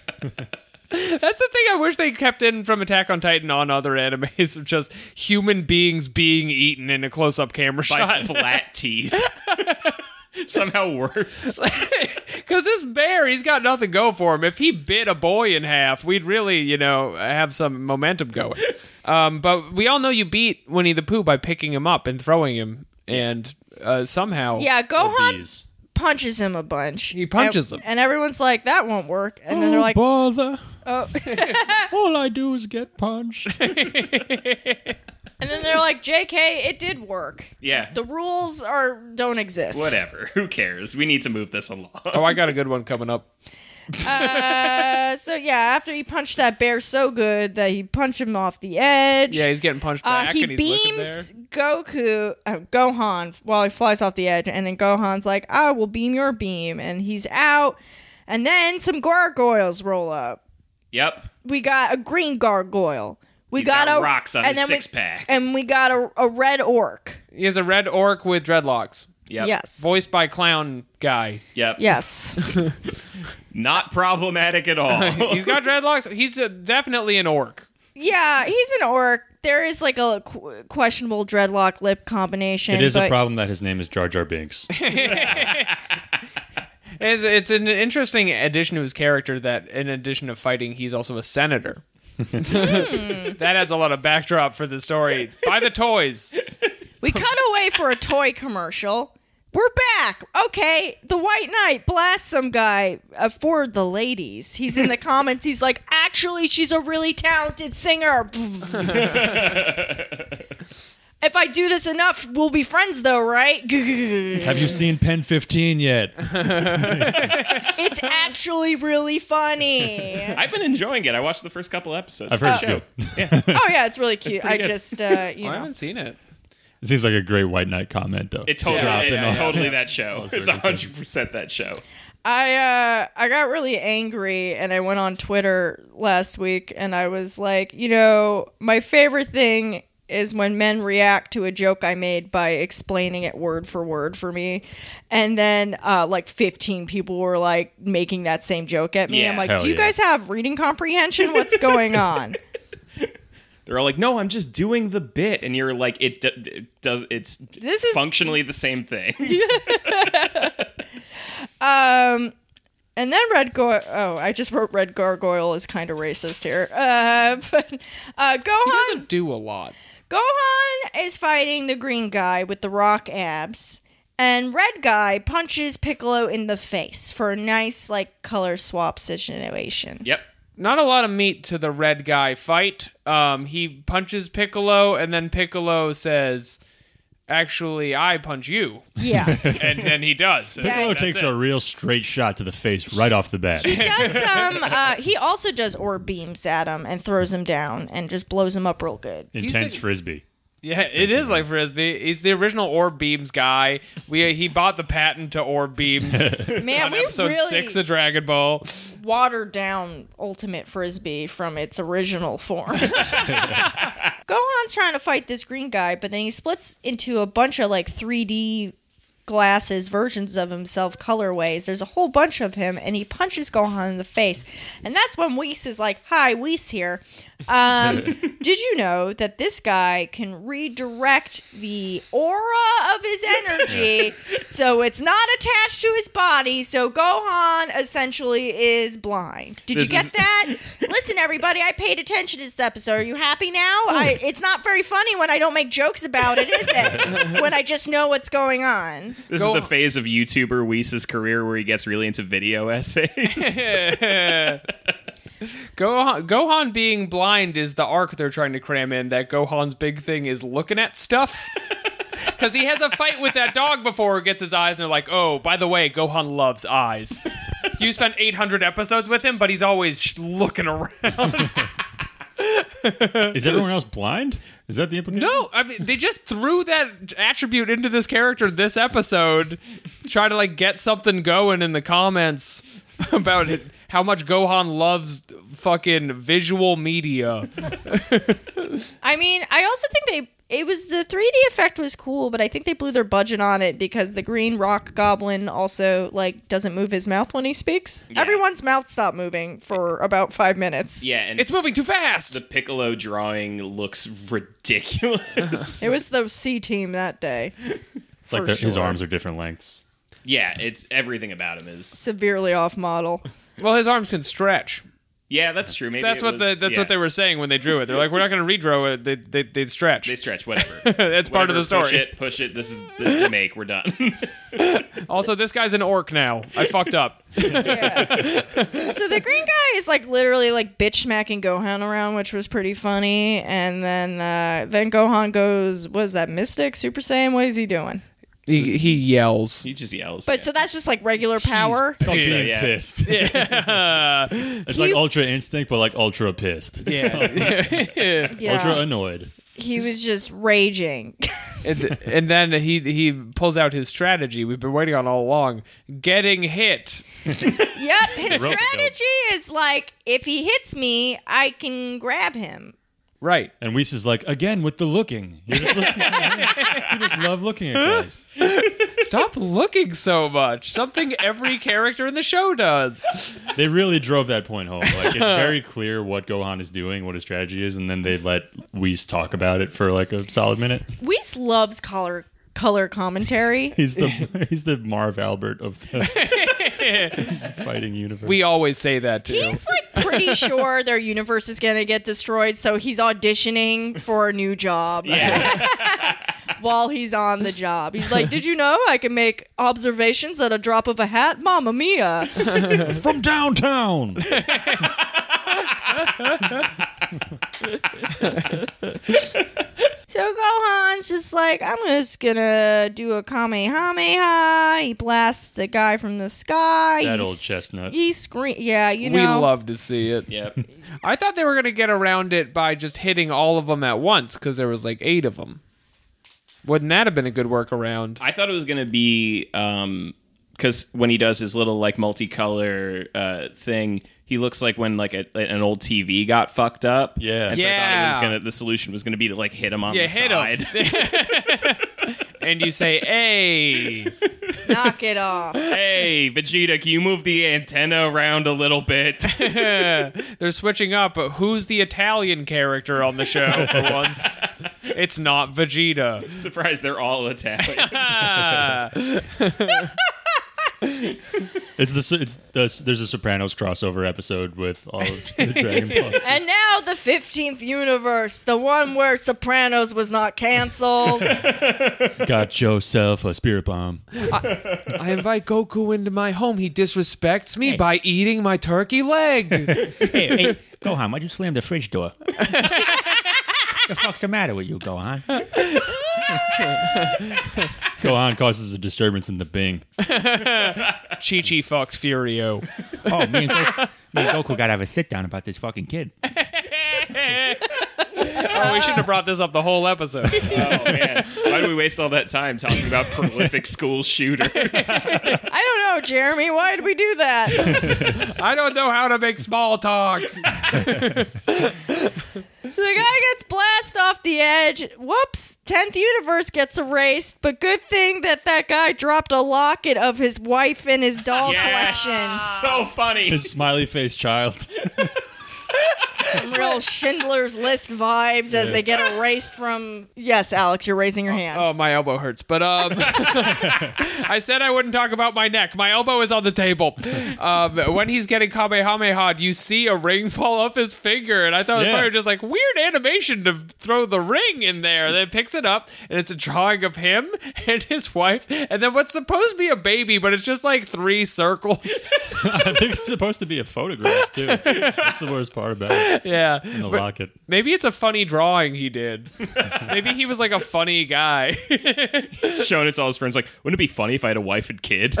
Speaker 1: That's the thing I wish they kept in from Attack on Titan on other animes of just human beings being eaten in a close up camera
Speaker 2: by
Speaker 1: shot.
Speaker 2: flat <laughs> teeth. Somehow worse.
Speaker 1: <laughs> Because this bear, he's got nothing going for him. If he bit a boy in half, we'd really, you know, have some momentum going. Um, but we all know you beat Winnie the Pooh by picking him up and throwing him, and uh, somehow.
Speaker 3: yeah, Gohan
Speaker 4: Bees.
Speaker 3: punches him a bunch.
Speaker 1: He punches
Speaker 3: and,
Speaker 1: him.
Speaker 3: And everyone's like, that won't work. And then they're like,
Speaker 4: bother.
Speaker 3: oh.
Speaker 4: <laughs> All I do is get punched.
Speaker 3: and then they're like, JK, it did work.
Speaker 2: Yeah.
Speaker 3: The rules are don't exist.
Speaker 2: Whatever. <laughs> Who cares? We need to move this along.
Speaker 1: Oh, I got a good one coming up.
Speaker 3: Uh, so yeah, after he punched that bear so good that he punched him off the edge.
Speaker 1: Yeah, he's getting punched
Speaker 3: Uh,
Speaker 1: back
Speaker 3: he
Speaker 1: and he's looking there.
Speaker 3: beams Goku, uh, Gohan, while he flies off the edge, and then Gohan's like, "I will beam your beam," and he's out. And then some gargoyles roll up.
Speaker 2: <laughs> Yep.
Speaker 3: We got a green gargoyle. We
Speaker 2: He's got
Speaker 3: a
Speaker 2: rocks on
Speaker 3: and
Speaker 2: his
Speaker 3: then we-
Speaker 2: six-pack.
Speaker 3: <laughs> and we got a, a red orc.
Speaker 1: He has a red orc with dreadlocks,
Speaker 2: Yep.
Speaker 3: Yes.
Speaker 1: voiced by clown guy.
Speaker 2: Yep.
Speaker 3: Yes.
Speaker 2: Not problematic at all. <laughs>
Speaker 4: <laughs>
Speaker 1: He's got dreadlocks. He's uh definitely an orc.
Speaker 3: yeah, he's an orc. There is like a qu- questionable dreadlock lip combination.
Speaker 4: It is
Speaker 3: but
Speaker 4: a problem that his name is Jar Jar
Speaker 3: <laughs>
Speaker 4: Binks.
Speaker 1: It's, it's an interesting addition to his character that, in addition to fighting, he's also a senator.
Speaker 3: Hmm.
Speaker 1: <laughs> that adds a lot of backdrop for the story. Buy the toys.
Speaker 3: We cut away for a toy commercial. We're back. Okay, the White Knight blasts some guy uh, for the ladies. He's in the comments. He's like, actually, she's a really talented singer. if I do this enough, we'll be friends, though, right? it's
Speaker 4: Have you seen Pen 15 yet?
Speaker 3: actually really funny.
Speaker 2: I've been enjoying it. I watched the first couple episodes.
Speaker 4: I've heard it's good.
Speaker 3: Oh yeah, it's really cute. I
Speaker 2: good.
Speaker 3: just, uh, you
Speaker 1: I
Speaker 3: know,
Speaker 1: haven't seen it.
Speaker 4: It seems like a great White Knight comment, though.
Speaker 2: It totally,
Speaker 4: Drop in
Speaker 2: it's
Speaker 4: on-
Speaker 2: totally
Speaker 4: <laughs>
Speaker 2: that show. It's
Speaker 4: circumstances.
Speaker 2: 100% that show.
Speaker 3: I uh, I got really angry and I went on Twitter last week and I was like, you know, my favorite thing is when men react to a joke I made by explaining it word for word for me, and then uh, like 15 people were like making that same joke at me.
Speaker 2: Yeah.
Speaker 3: I'm like,
Speaker 4: Hell
Speaker 3: do you
Speaker 4: yeah.
Speaker 3: guys have reading comprehension? What's going on?
Speaker 2: They're all like, "No, I'm just doing the bit," and you're like, "It, d- it does. It's
Speaker 3: This is-
Speaker 2: functionally the same thing."
Speaker 3: <laughs> And then Red Go oh, I just wrote Red Gargoyle is kind of racist here. Uh, <laughs> but uh,
Speaker 1: He
Speaker 3: Gohan
Speaker 1: doesn't do a lot.
Speaker 3: Gohan is fighting the green guy with the rock abs, And Red Guy punches Piccolo in the face for a nice, like, color swap situation.
Speaker 2: Yep.
Speaker 1: Not a lot of meat to the red guy fight. Um, he punches Piccolo, and then Piccolo says, "Actually, I punch you,"
Speaker 3: Yeah.
Speaker 1: and then he
Speaker 3: <laughs>
Speaker 1: does. And
Speaker 4: Piccolo
Speaker 1: that's
Speaker 4: takes
Speaker 1: it.
Speaker 4: a real straight shot to the face right off
Speaker 1: <laughs>
Speaker 4: the bat.
Speaker 3: he does some, uh, he also does orb beams at him and throws him down and just blows him up real good.
Speaker 4: Intense
Speaker 1: like-
Speaker 4: frisbee.
Speaker 1: Yeah, it is like frisbee. He's the original orb beams guy. We he bought the patent to orb
Speaker 3: <laughs>
Speaker 1: beams <laughs>
Speaker 3: Man,
Speaker 1: on
Speaker 3: we
Speaker 1: episode
Speaker 3: really
Speaker 1: six of Dragon Ball.
Speaker 3: watered down Ultimate Frisbee from its
Speaker 1: <laughs>
Speaker 3: original form. Gohan's trying to fight this green guy, but then he splits into a bunch of like 3D glasses, versions of himself, colorways. There's a whole bunch of him, and he punches Gohan in the face. And that's when Whis is like, Hi, Whis here.
Speaker 2: <laughs>
Speaker 3: Um, did you know that this guy can redirect the aura of his energy so it's not attached to his body? So Gohan essentially is blind. Did
Speaker 2: This
Speaker 3: you get
Speaker 2: is- <laughs>
Speaker 3: that? Listen, everybody, I paid attention to this episode. Are you happy now?
Speaker 2: Oh.
Speaker 3: I, it's not very funny when I don't make jokes about it, is
Speaker 2: <laughs>
Speaker 3: it? when I just know what's going on.
Speaker 2: This
Speaker 1: Go
Speaker 2: is
Speaker 1: on.
Speaker 2: the phase of YouTuber Weese's career where he gets really into video essays.
Speaker 3: <laughs>
Speaker 1: <laughs> Gohan, Gohan being blind is the arc they're trying to cram in. That Gohan's big thing is looking at <laughs> stuff. Because he has a fight with that dog before it gets his eyes, and they're like, oh, by the way, Gohan loves <laughs> eyes. You spent 800 episodes with him, but he's always sh- looking around.
Speaker 4: Is everyone else blind? Is that the implication?
Speaker 1: No, I mean, they just threw that attribute into this character this episode, try to like get something going in the comments <laughs> about it, how much Gohan loves fucking visual media.
Speaker 3: I mean, I also think they it was the 3D effect was cool, but I think they blew their budget on it because the green rock goblin also like doesn't move his mouth when he speaks. Everyone's mouth stopped moving for about 5 minutes.
Speaker 2: yeah, and
Speaker 1: It's moving too fast.
Speaker 2: the Piccolo drawing looks
Speaker 3: <laughs>
Speaker 2: ridiculous.
Speaker 3: It was the C team that day.
Speaker 4: it's like
Speaker 3: for
Speaker 4: their- his
Speaker 3: sure.
Speaker 4: arms are different lengths.
Speaker 2: yeah, it's everything about him is.
Speaker 3: Severely off model.
Speaker 1: Well, his arms can stretch.
Speaker 2: Yeah, that's true. Maybe
Speaker 1: That's
Speaker 2: it
Speaker 1: what the
Speaker 2: was-
Speaker 1: that's
Speaker 2: yeah.
Speaker 1: what they were saying when they drew it. They're like, we're not going to redraw it. They they they stretch. <laughs>
Speaker 2: They stretch whatever.
Speaker 1: It's part of the
Speaker 2: Whatever,
Speaker 1: story.
Speaker 2: Push it, push it. This is this is the make. We're done. <laughs>
Speaker 1: Also, this guy's an orc now. I fucked up.
Speaker 3: Yeah. so the green guy is like literally like bitch smacking Gohan around, which was pretty funny. And then uh, then Gohan goes, "What is that Mystic Super Saiyan? What is he doing?"
Speaker 1: <laughs> He he yells.
Speaker 2: he just yells.
Speaker 3: But so that's just like regular power.
Speaker 4: It's called
Speaker 1: Yeah.
Speaker 4: being
Speaker 1: <laughs>
Speaker 2: Yeah.
Speaker 4: pissed. <laughs> it's like ultra instinct, but like ultra pissed.
Speaker 1: Yeah. <laughs>
Speaker 3: Yeah.
Speaker 4: Ultra annoyed.
Speaker 3: he was just raging.
Speaker 1: and, and then he he pulls out his strategy we've been waiting on all along. Getting hit.
Speaker 3: yep, his
Speaker 4: Rope dope.
Speaker 3: strategy is like if he hits me, I can grab him.
Speaker 1: Right.
Speaker 4: And Whis is like, again with the looking. You just, look- <laughs> you just love looking at guys.
Speaker 1: <laughs> Stop looking so much. Something every character in the show does.
Speaker 4: They really drove that point home. Like it's very clear what Gohan is doing, what his strategy is, and then they let Whis talk about it for like a solid minute. <laughs>
Speaker 3: Whis loves color color commentary.
Speaker 1: <laughs>
Speaker 4: He's the he's the Marv Albert of the fighting universe.
Speaker 1: We always say that too. <laughs>
Speaker 3: He's like pretty sure their universe is gonna get destroyed, so he's auditioning for a new job. <laughs> While he's on the job, he's like, "Did you know I can make observations at a drop of a hat? Mamma mia!"
Speaker 4: from downtown.
Speaker 3: So Gohan's just like, I'm just gonna do a Kamehameha. He blasts the guy from the sky.
Speaker 4: That
Speaker 3: He
Speaker 4: old
Speaker 3: s-
Speaker 4: chestnut.
Speaker 3: He scream. Yeah, you
Speaker 1: we
Speaker 3: know.
Speaker 1: love to see it.
Speaker 2: yep.
Speaker 1: I thought they were going to get around it by just hitting all of them at once because there was like eight of them. Wouldn't that have been a good workaround?
Speaker 2: I thought it was gonna be um because when he does his little like multicolor uh thing, he looks like when like a, an old TV got fucked up.
Speaker 4: Yeah.
Speaker 2: and so I
Speaker 1: Yeah.
Speaker 2: thought it was gonna the solution was gonna be to like hit him on
Speaker 1: Yeah,
Speaker 2: the
Speaker 1: hit
Speaker 2: side.
Speaker 1: 'em. <laughs> And you <laughs> say, "Hey,
Speaker 3: Knock
Speaker 1: <laughs>
Speaker 3: it off.
Speaker 2: hey, Vegeta, can you move the antenna around a little bit? <laughs>
Speaker 1: they're switching up. But who's the Italian character on the show for once? It's not Vegeta."
Speaker 2: Surprise, they're all Italian.
Speaker 4: It's the it's the, there's a Sopranos crossover episode with all of
Speaker 6: <laughs>
Speaker 4: the Dragon Balls.
Speaker 3: And now the 15th universe, the one where Sopranos was
Speaker 1: <laughs>
Speaker 3: not canceled.
Speaker 4: Got yourself a spirit bomb.
Speaker 1: I invite Goku into my home. He disrespects me by eating my turkey <laughs> leg.
Speaker 6: hey, hey, Gohan, why'd you slam the fridge door? the fuck's the matter with you, Gohan?
Speaker 4: Gohan causes a disturbance in the Bing.
Speaker 1: Chi Chi fucks Furio.
Speaker 6: Oh, me and, Goku, me and Goku gotta have a sit down about this fucking kid.
Speaker 1: Oh, we shouldn't have brought this up the whole episode.
Speaker 2: <laughs> Oh man, why do we waste all that time talking about prolific
Speaker 1: <laughs>
Speaker 2: school shooters?
Speaker 3: I don't know, Jeremy. Why did we do that?
Speaker 1: I don't know how to make small talk.
Speaker 3: The guy gets blasted off the edge. Whoops. 10th universe gets erased. But good thing that that guy dropped a locket of his wife and his doll collection.
Speaker 2: so funny.
Speaker 4: His smiley face child. <laughs>
Speaker 3: Some <laughs> real Schindler's List vibes as they get erased from. Yes, Alex, you're raising your hand.
Speaker 1: Oh, my elbow hurts. But um, <laughs> I said I wouldn't talk about my neck. My elbow is on the table. Um, when he's getting kamehameha, you see a ring fall off his finger, and I thought it was
Speaker 4: Yeah.
Speaker 1: funny, just like weird animation to throw the ring in there. Then it picks it up, and it's a drawing of him <laughs> and his wife, and then what's supposed to be a baby, but it's just like three circles.
Speaker 4: I think it's supposed to be a photograph too. That's the worst part about it.
Speaker 1: yeah,
Speaker 4: In the locket.
Speaker 1: maybe it's a funny drawing he did. maybe he was like a funny guy.
Speaker 2: Showing it to all his friends, like, wouldn't it be funny if I had a wife and <laughs> kid?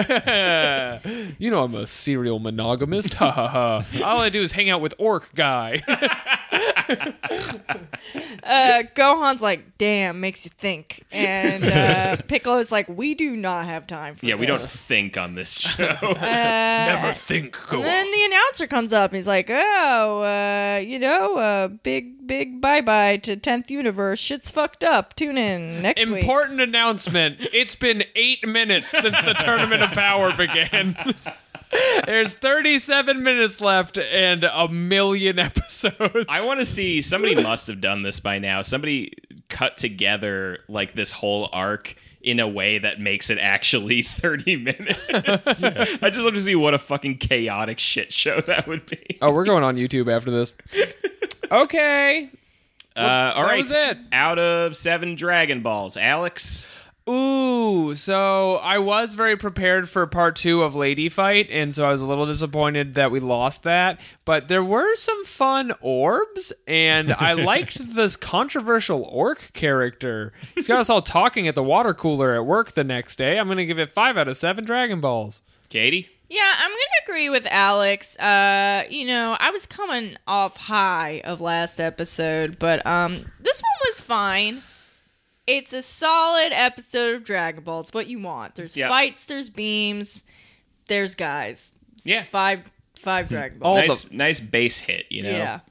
Speaker 1: You know I'm a serial monogamist. <laughs> Ha ha ha. All I do is hang out with orc guy.
Speaker 3: Uh, Gohan's like, damn, makes you think. And uh, Piccolo's like, we do not have time for
Speaker 2: Yeah, we don't
Speaker 3: this." Uh,
Speaker 2: think on <laughs> this show.
Speaker 1: <laughs> Never think, go
Speaker 3: And then the announcer comes up. He's like, "Oh, uh, you know, uh, big, big bye bye to tenth universe. Shit's fucked up. Tune in next week."
Speaker 1: Important announcement. It's been eight minutes since the Tournament of Power began. <laughs> There's 37 minutes left and a million <laughs> episodes.
Speaker 2: I want to see somebody must have done this by now. Somebody cut together like this whole arc in a way that makes it actually <laughs> 30 <laughs> minutes. I just love to see what a fucking chaotic shit show that would be.
Speaker 1: oh, we're going on YouTube after this. Okay.
Speaker 2: Uh, all right,
Speaker 1: was it.
Speaker 2: Out of seven Dragon Balls, Alex.
Speaker 1: Ooh, so I was very prepared for part two of Lady Fight, and so I was a little disappointed that we lost that. But there were some fun orbs, and
Speaker 3: <laughs>
Speaker 1: I liked this controversial orc character. He's got us all talking at the water cooler at work the next day. I'm going to give it five out of seven Dragon Balls.
Speaker 2: Katie?
Speaker 3: Yeah, I'm gonna agree with Alex. Uh, you know, I was coming off high of last episode, but um, this one was fine. It's a solid episode of Dragon Ball. It's what you want. There's
Speaker 2: Yeah.
Speaker 3: fights. There's beams. There's guys. It's
Speaker 2: Yeah.
Speaker 3: five, five <laughs> Dragon Balls.
Speaker 1: All
Speaker 2: Nice, nice base hit, you know?
Speaker 3: Yeah.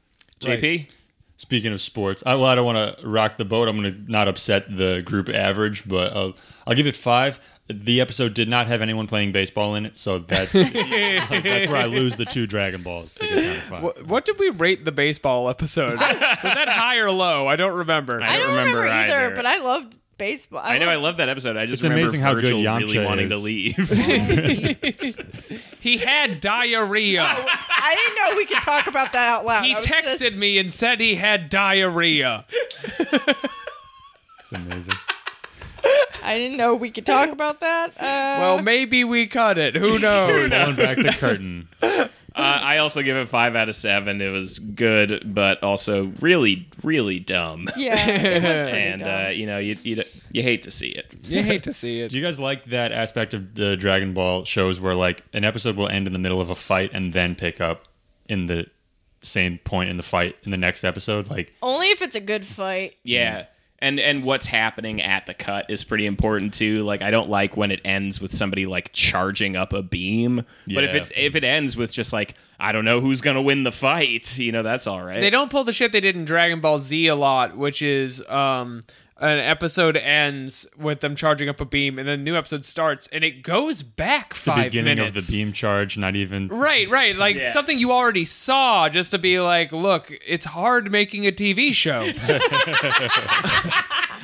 Speaker 2: JP?
Speaker 4: Speaking of sports, I, well, I don't want to rock the boat. I'm going to not upset the group average, but uh, I'll give it five. The episode did not have anyone playing baseball in it,
Speaker 1: <laughs>
Speaker 4: so that's that's where I lose the two Dragon Balls. To get down to five.
Speaker 1: What, what did we rate the baseball episode? Was that high or low? I don't remember.
Speaker 2: I don't remember either.
Speaker 3: but I loved baseball.
Speaker 2: I know I love that episode. I just
Speaker 4: It's
Speaker 2: remember
Speaker 4: amazing how good
Speaker 2: Virgil really
Speaker 4: Yamcha
Speaker 2: wanting to
Speaker 4: is.
Speaker 2: leave. <laughs>
Speaker 1: He had diarrhea.
Speaker 3: I didn't know we could talk about Oh, that out
Speaker 2: <laughs>
Speaker 3: loud.
Speaker 1: He
Speaker 3: I was
Speaker 1: texted
Speaker 3: just-
Speaker 1: me and said he had diarrhea.
Speaker 4: It's amazing.
Speaker 3: I didn't know we could talk about
Speaker 2: <laughs>
Speaker 3: that. Uh,
Speaker 1: Well, maybe we cut it.
Speaker 5: <laughs>
Speaker 1: Who knows?
Speaker 4: Pulling
Speaker 1: <laughs>
Speaker 4: back the curtain.
Speaker 2: Uh, I also give it five out of seven. It was good, but also really, really dumb.
Speaker 3: yeah, it
Speaker 2: <laughs>
Speaker 3: was pretty
Speaker 2: and
Speaker 3: dumb.
Speaker 2: uh, you know, you, you you hate to see it.
Speaker 1: you hate to see it.
Speaker 4: Do you guys like that aspect of the Dragon Ball shows where like an episode will end in the middle of a fight and then pick up in the same point in the fight in the next episode? Like
Speaker 3: only if it's a good fight.
Speaker 2: Yeah. And and what's happening at the cut is pretty important too. Like I don't like when it ends with somebody like charging up a beam. But if
Speaker 4: Yeah.
Speaker 2: it's if it ends with just like I don't know who's gonna win the fight, you know that's all right.
Speaker 1: They don't pull the shit they did in Dragon Ball Z a lot, which is um an episode ends with them charging up a beam, and then a new episode starts, and it goes back
Speaker 4: the
Speaker 1: five
Speaker 4: beginning
Speaker 1: minutes.
Speaker 4: of the beam charge, not even
Speaker 1: Right, right. Like
Speaker 2: Yeah.
Speaker 1: something you already saw, just
Speaker 5: <laughs>
Speaker 1: to be like, look, it's hard making a TV show.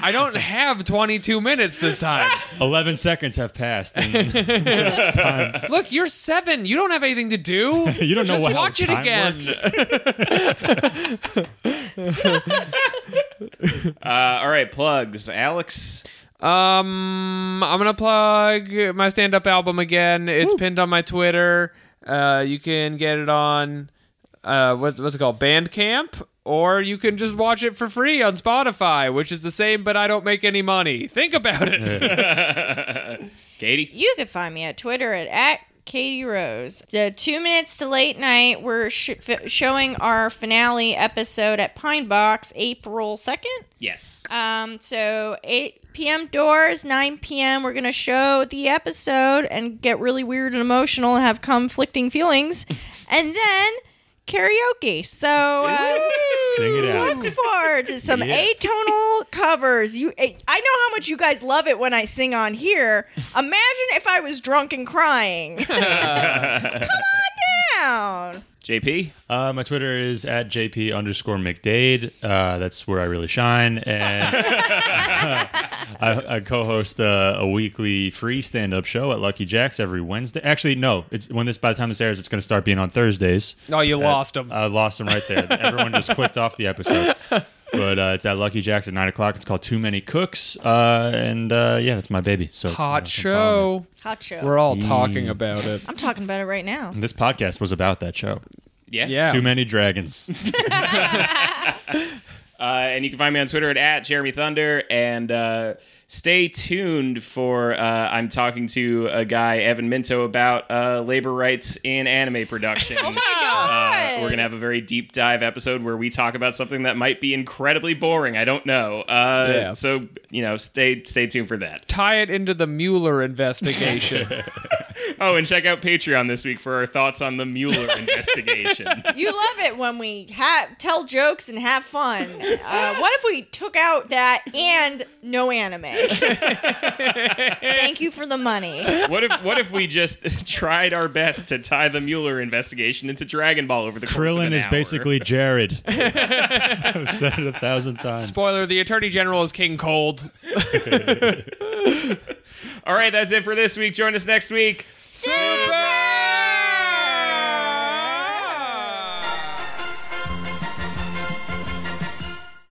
Speaker 1: I don't have 22 minutes this
Speaker 5: <laughs>
Speaker 1: time.
Speaker 5: 11 seconds have passed.
Speaker 1: <laughs>
Speaker 5: And
Speaker 1: Look, you're seven. You don't have anything to do.
Speaker 5: you don't know
Speaker 1: Just
Speaker 5: what,
Speaker 1: watch
Speaker 5: how
Speaker 1: it
Speaker 5: time
Speaker 1: again.
Speaker 5: works.
Speaker 2: Uh, all right, plugs. Alex,
Speaker 1: Um, I'm gonna plug my stand-up album again. It's pinned on my Twitter. Uh, you can get it on uh, what's what's it called, Bandcamp, or you can just watch it for free on Spotify, which is the same, but I don't make any money. Think about it.
Speaker 2: Katie.
Speaker 3: You can find me at Twitter at, at Katie Rose. The two minutes to late night, we're sh- f- showing our finale episode at Pine Box April 2nd.
Speaker 2: Yes.
Speaker 3: Um, so 8 p.m. doors, 9 p.m. We're gonna show the episode and get really weird and emotional and have conflicting feelings, <laughs> and then karaoke. So uh,
Speaker 5: Sing it out.
Speaker 2: Mm.
Speaker 3: look forward to some atonal covers. You, eh, I know how much you guys love it when I sing on here. Imagine if I was drunk and crying.
Speaker 2: <laughs>
Speaker 3: Come on down.
Speaker 2: JP.
Speaker 5: Uh, my Twitter is at JP underscore McDade. Uh, that's where I really shine. And <laughs> I, I co host a, a weekly free stand up show at Lucky Jack's every Wednesday. Actually, no, it's when this, by the time this airs, it's going to start being on Thursdays.
Speaker 1: <laughs> Oh, you lost him.
Speaker 5: I lost them right there. Everyone just clicked off the episode. But uh, it's at Lucky Jack's at 9 o'clock. It's called Too Many Cooks. Uh, and uh, yeah, that's E. my baby. So you know,
Speaker 1: Hot
Speaker 5: come follow me.
Speaker 1: show.
Speaker 3: Hot show.
Speaker 1: We're all talking about
Speaker 5: <laughs>
Speaker 1: it.
Speaker 3: I'm talking about it right now.
Speaker 5: This podcast was about that show.
Speaker 2: Yeah.
Speaker 1: Yeah.
Speaker 5: Too Many Dragons.
Speaker 2: Uh, and you can find me on Twitter at, at Jeremy Thunder. And uh, stay tuned for uh, I'm talking to a guy, Evan Minto, about uh, labor rights in anime production. oh my
Speaker 3: God.
Speaker 2: Uh, we're gonna have a very deep dive episode where we talk about something that might be incredibly boring. I don't know. Uh,
Speaker 1: Yeah.
Speaker 2: So you know, stay stay tuned for that.
Speaker 1: Tie it into the Mueller investigation.
Speaker 5: <laughs>
Speaker 2: Oh, and check out Patreon this week for our thoughts on the Mueller investigation.
Speaker 3: You love it when we ha- tell jokes and have fun. Uh, what if we took out that and no anime?
Speaker 2: <laughs>
Speaker 3: Thank you for the money.
Speaker 2: What if what if we just <laughs> tried our best to tie the Mueller investigation into Dragon Ball over the course of
Speaker 5: Krillin
Speaker 2: an
Speaker 5: is
Speaker 2: hour?
Speaker 5: basically Jared.
Speaker 2: <laughs>
Speaker 5: I've said it a thousand times.
Speaker 1: Spoiler: the Attorney General is King Cold.
Speaker 2: All right, that's it for this week. Join us next week.
Speaker 3: Sit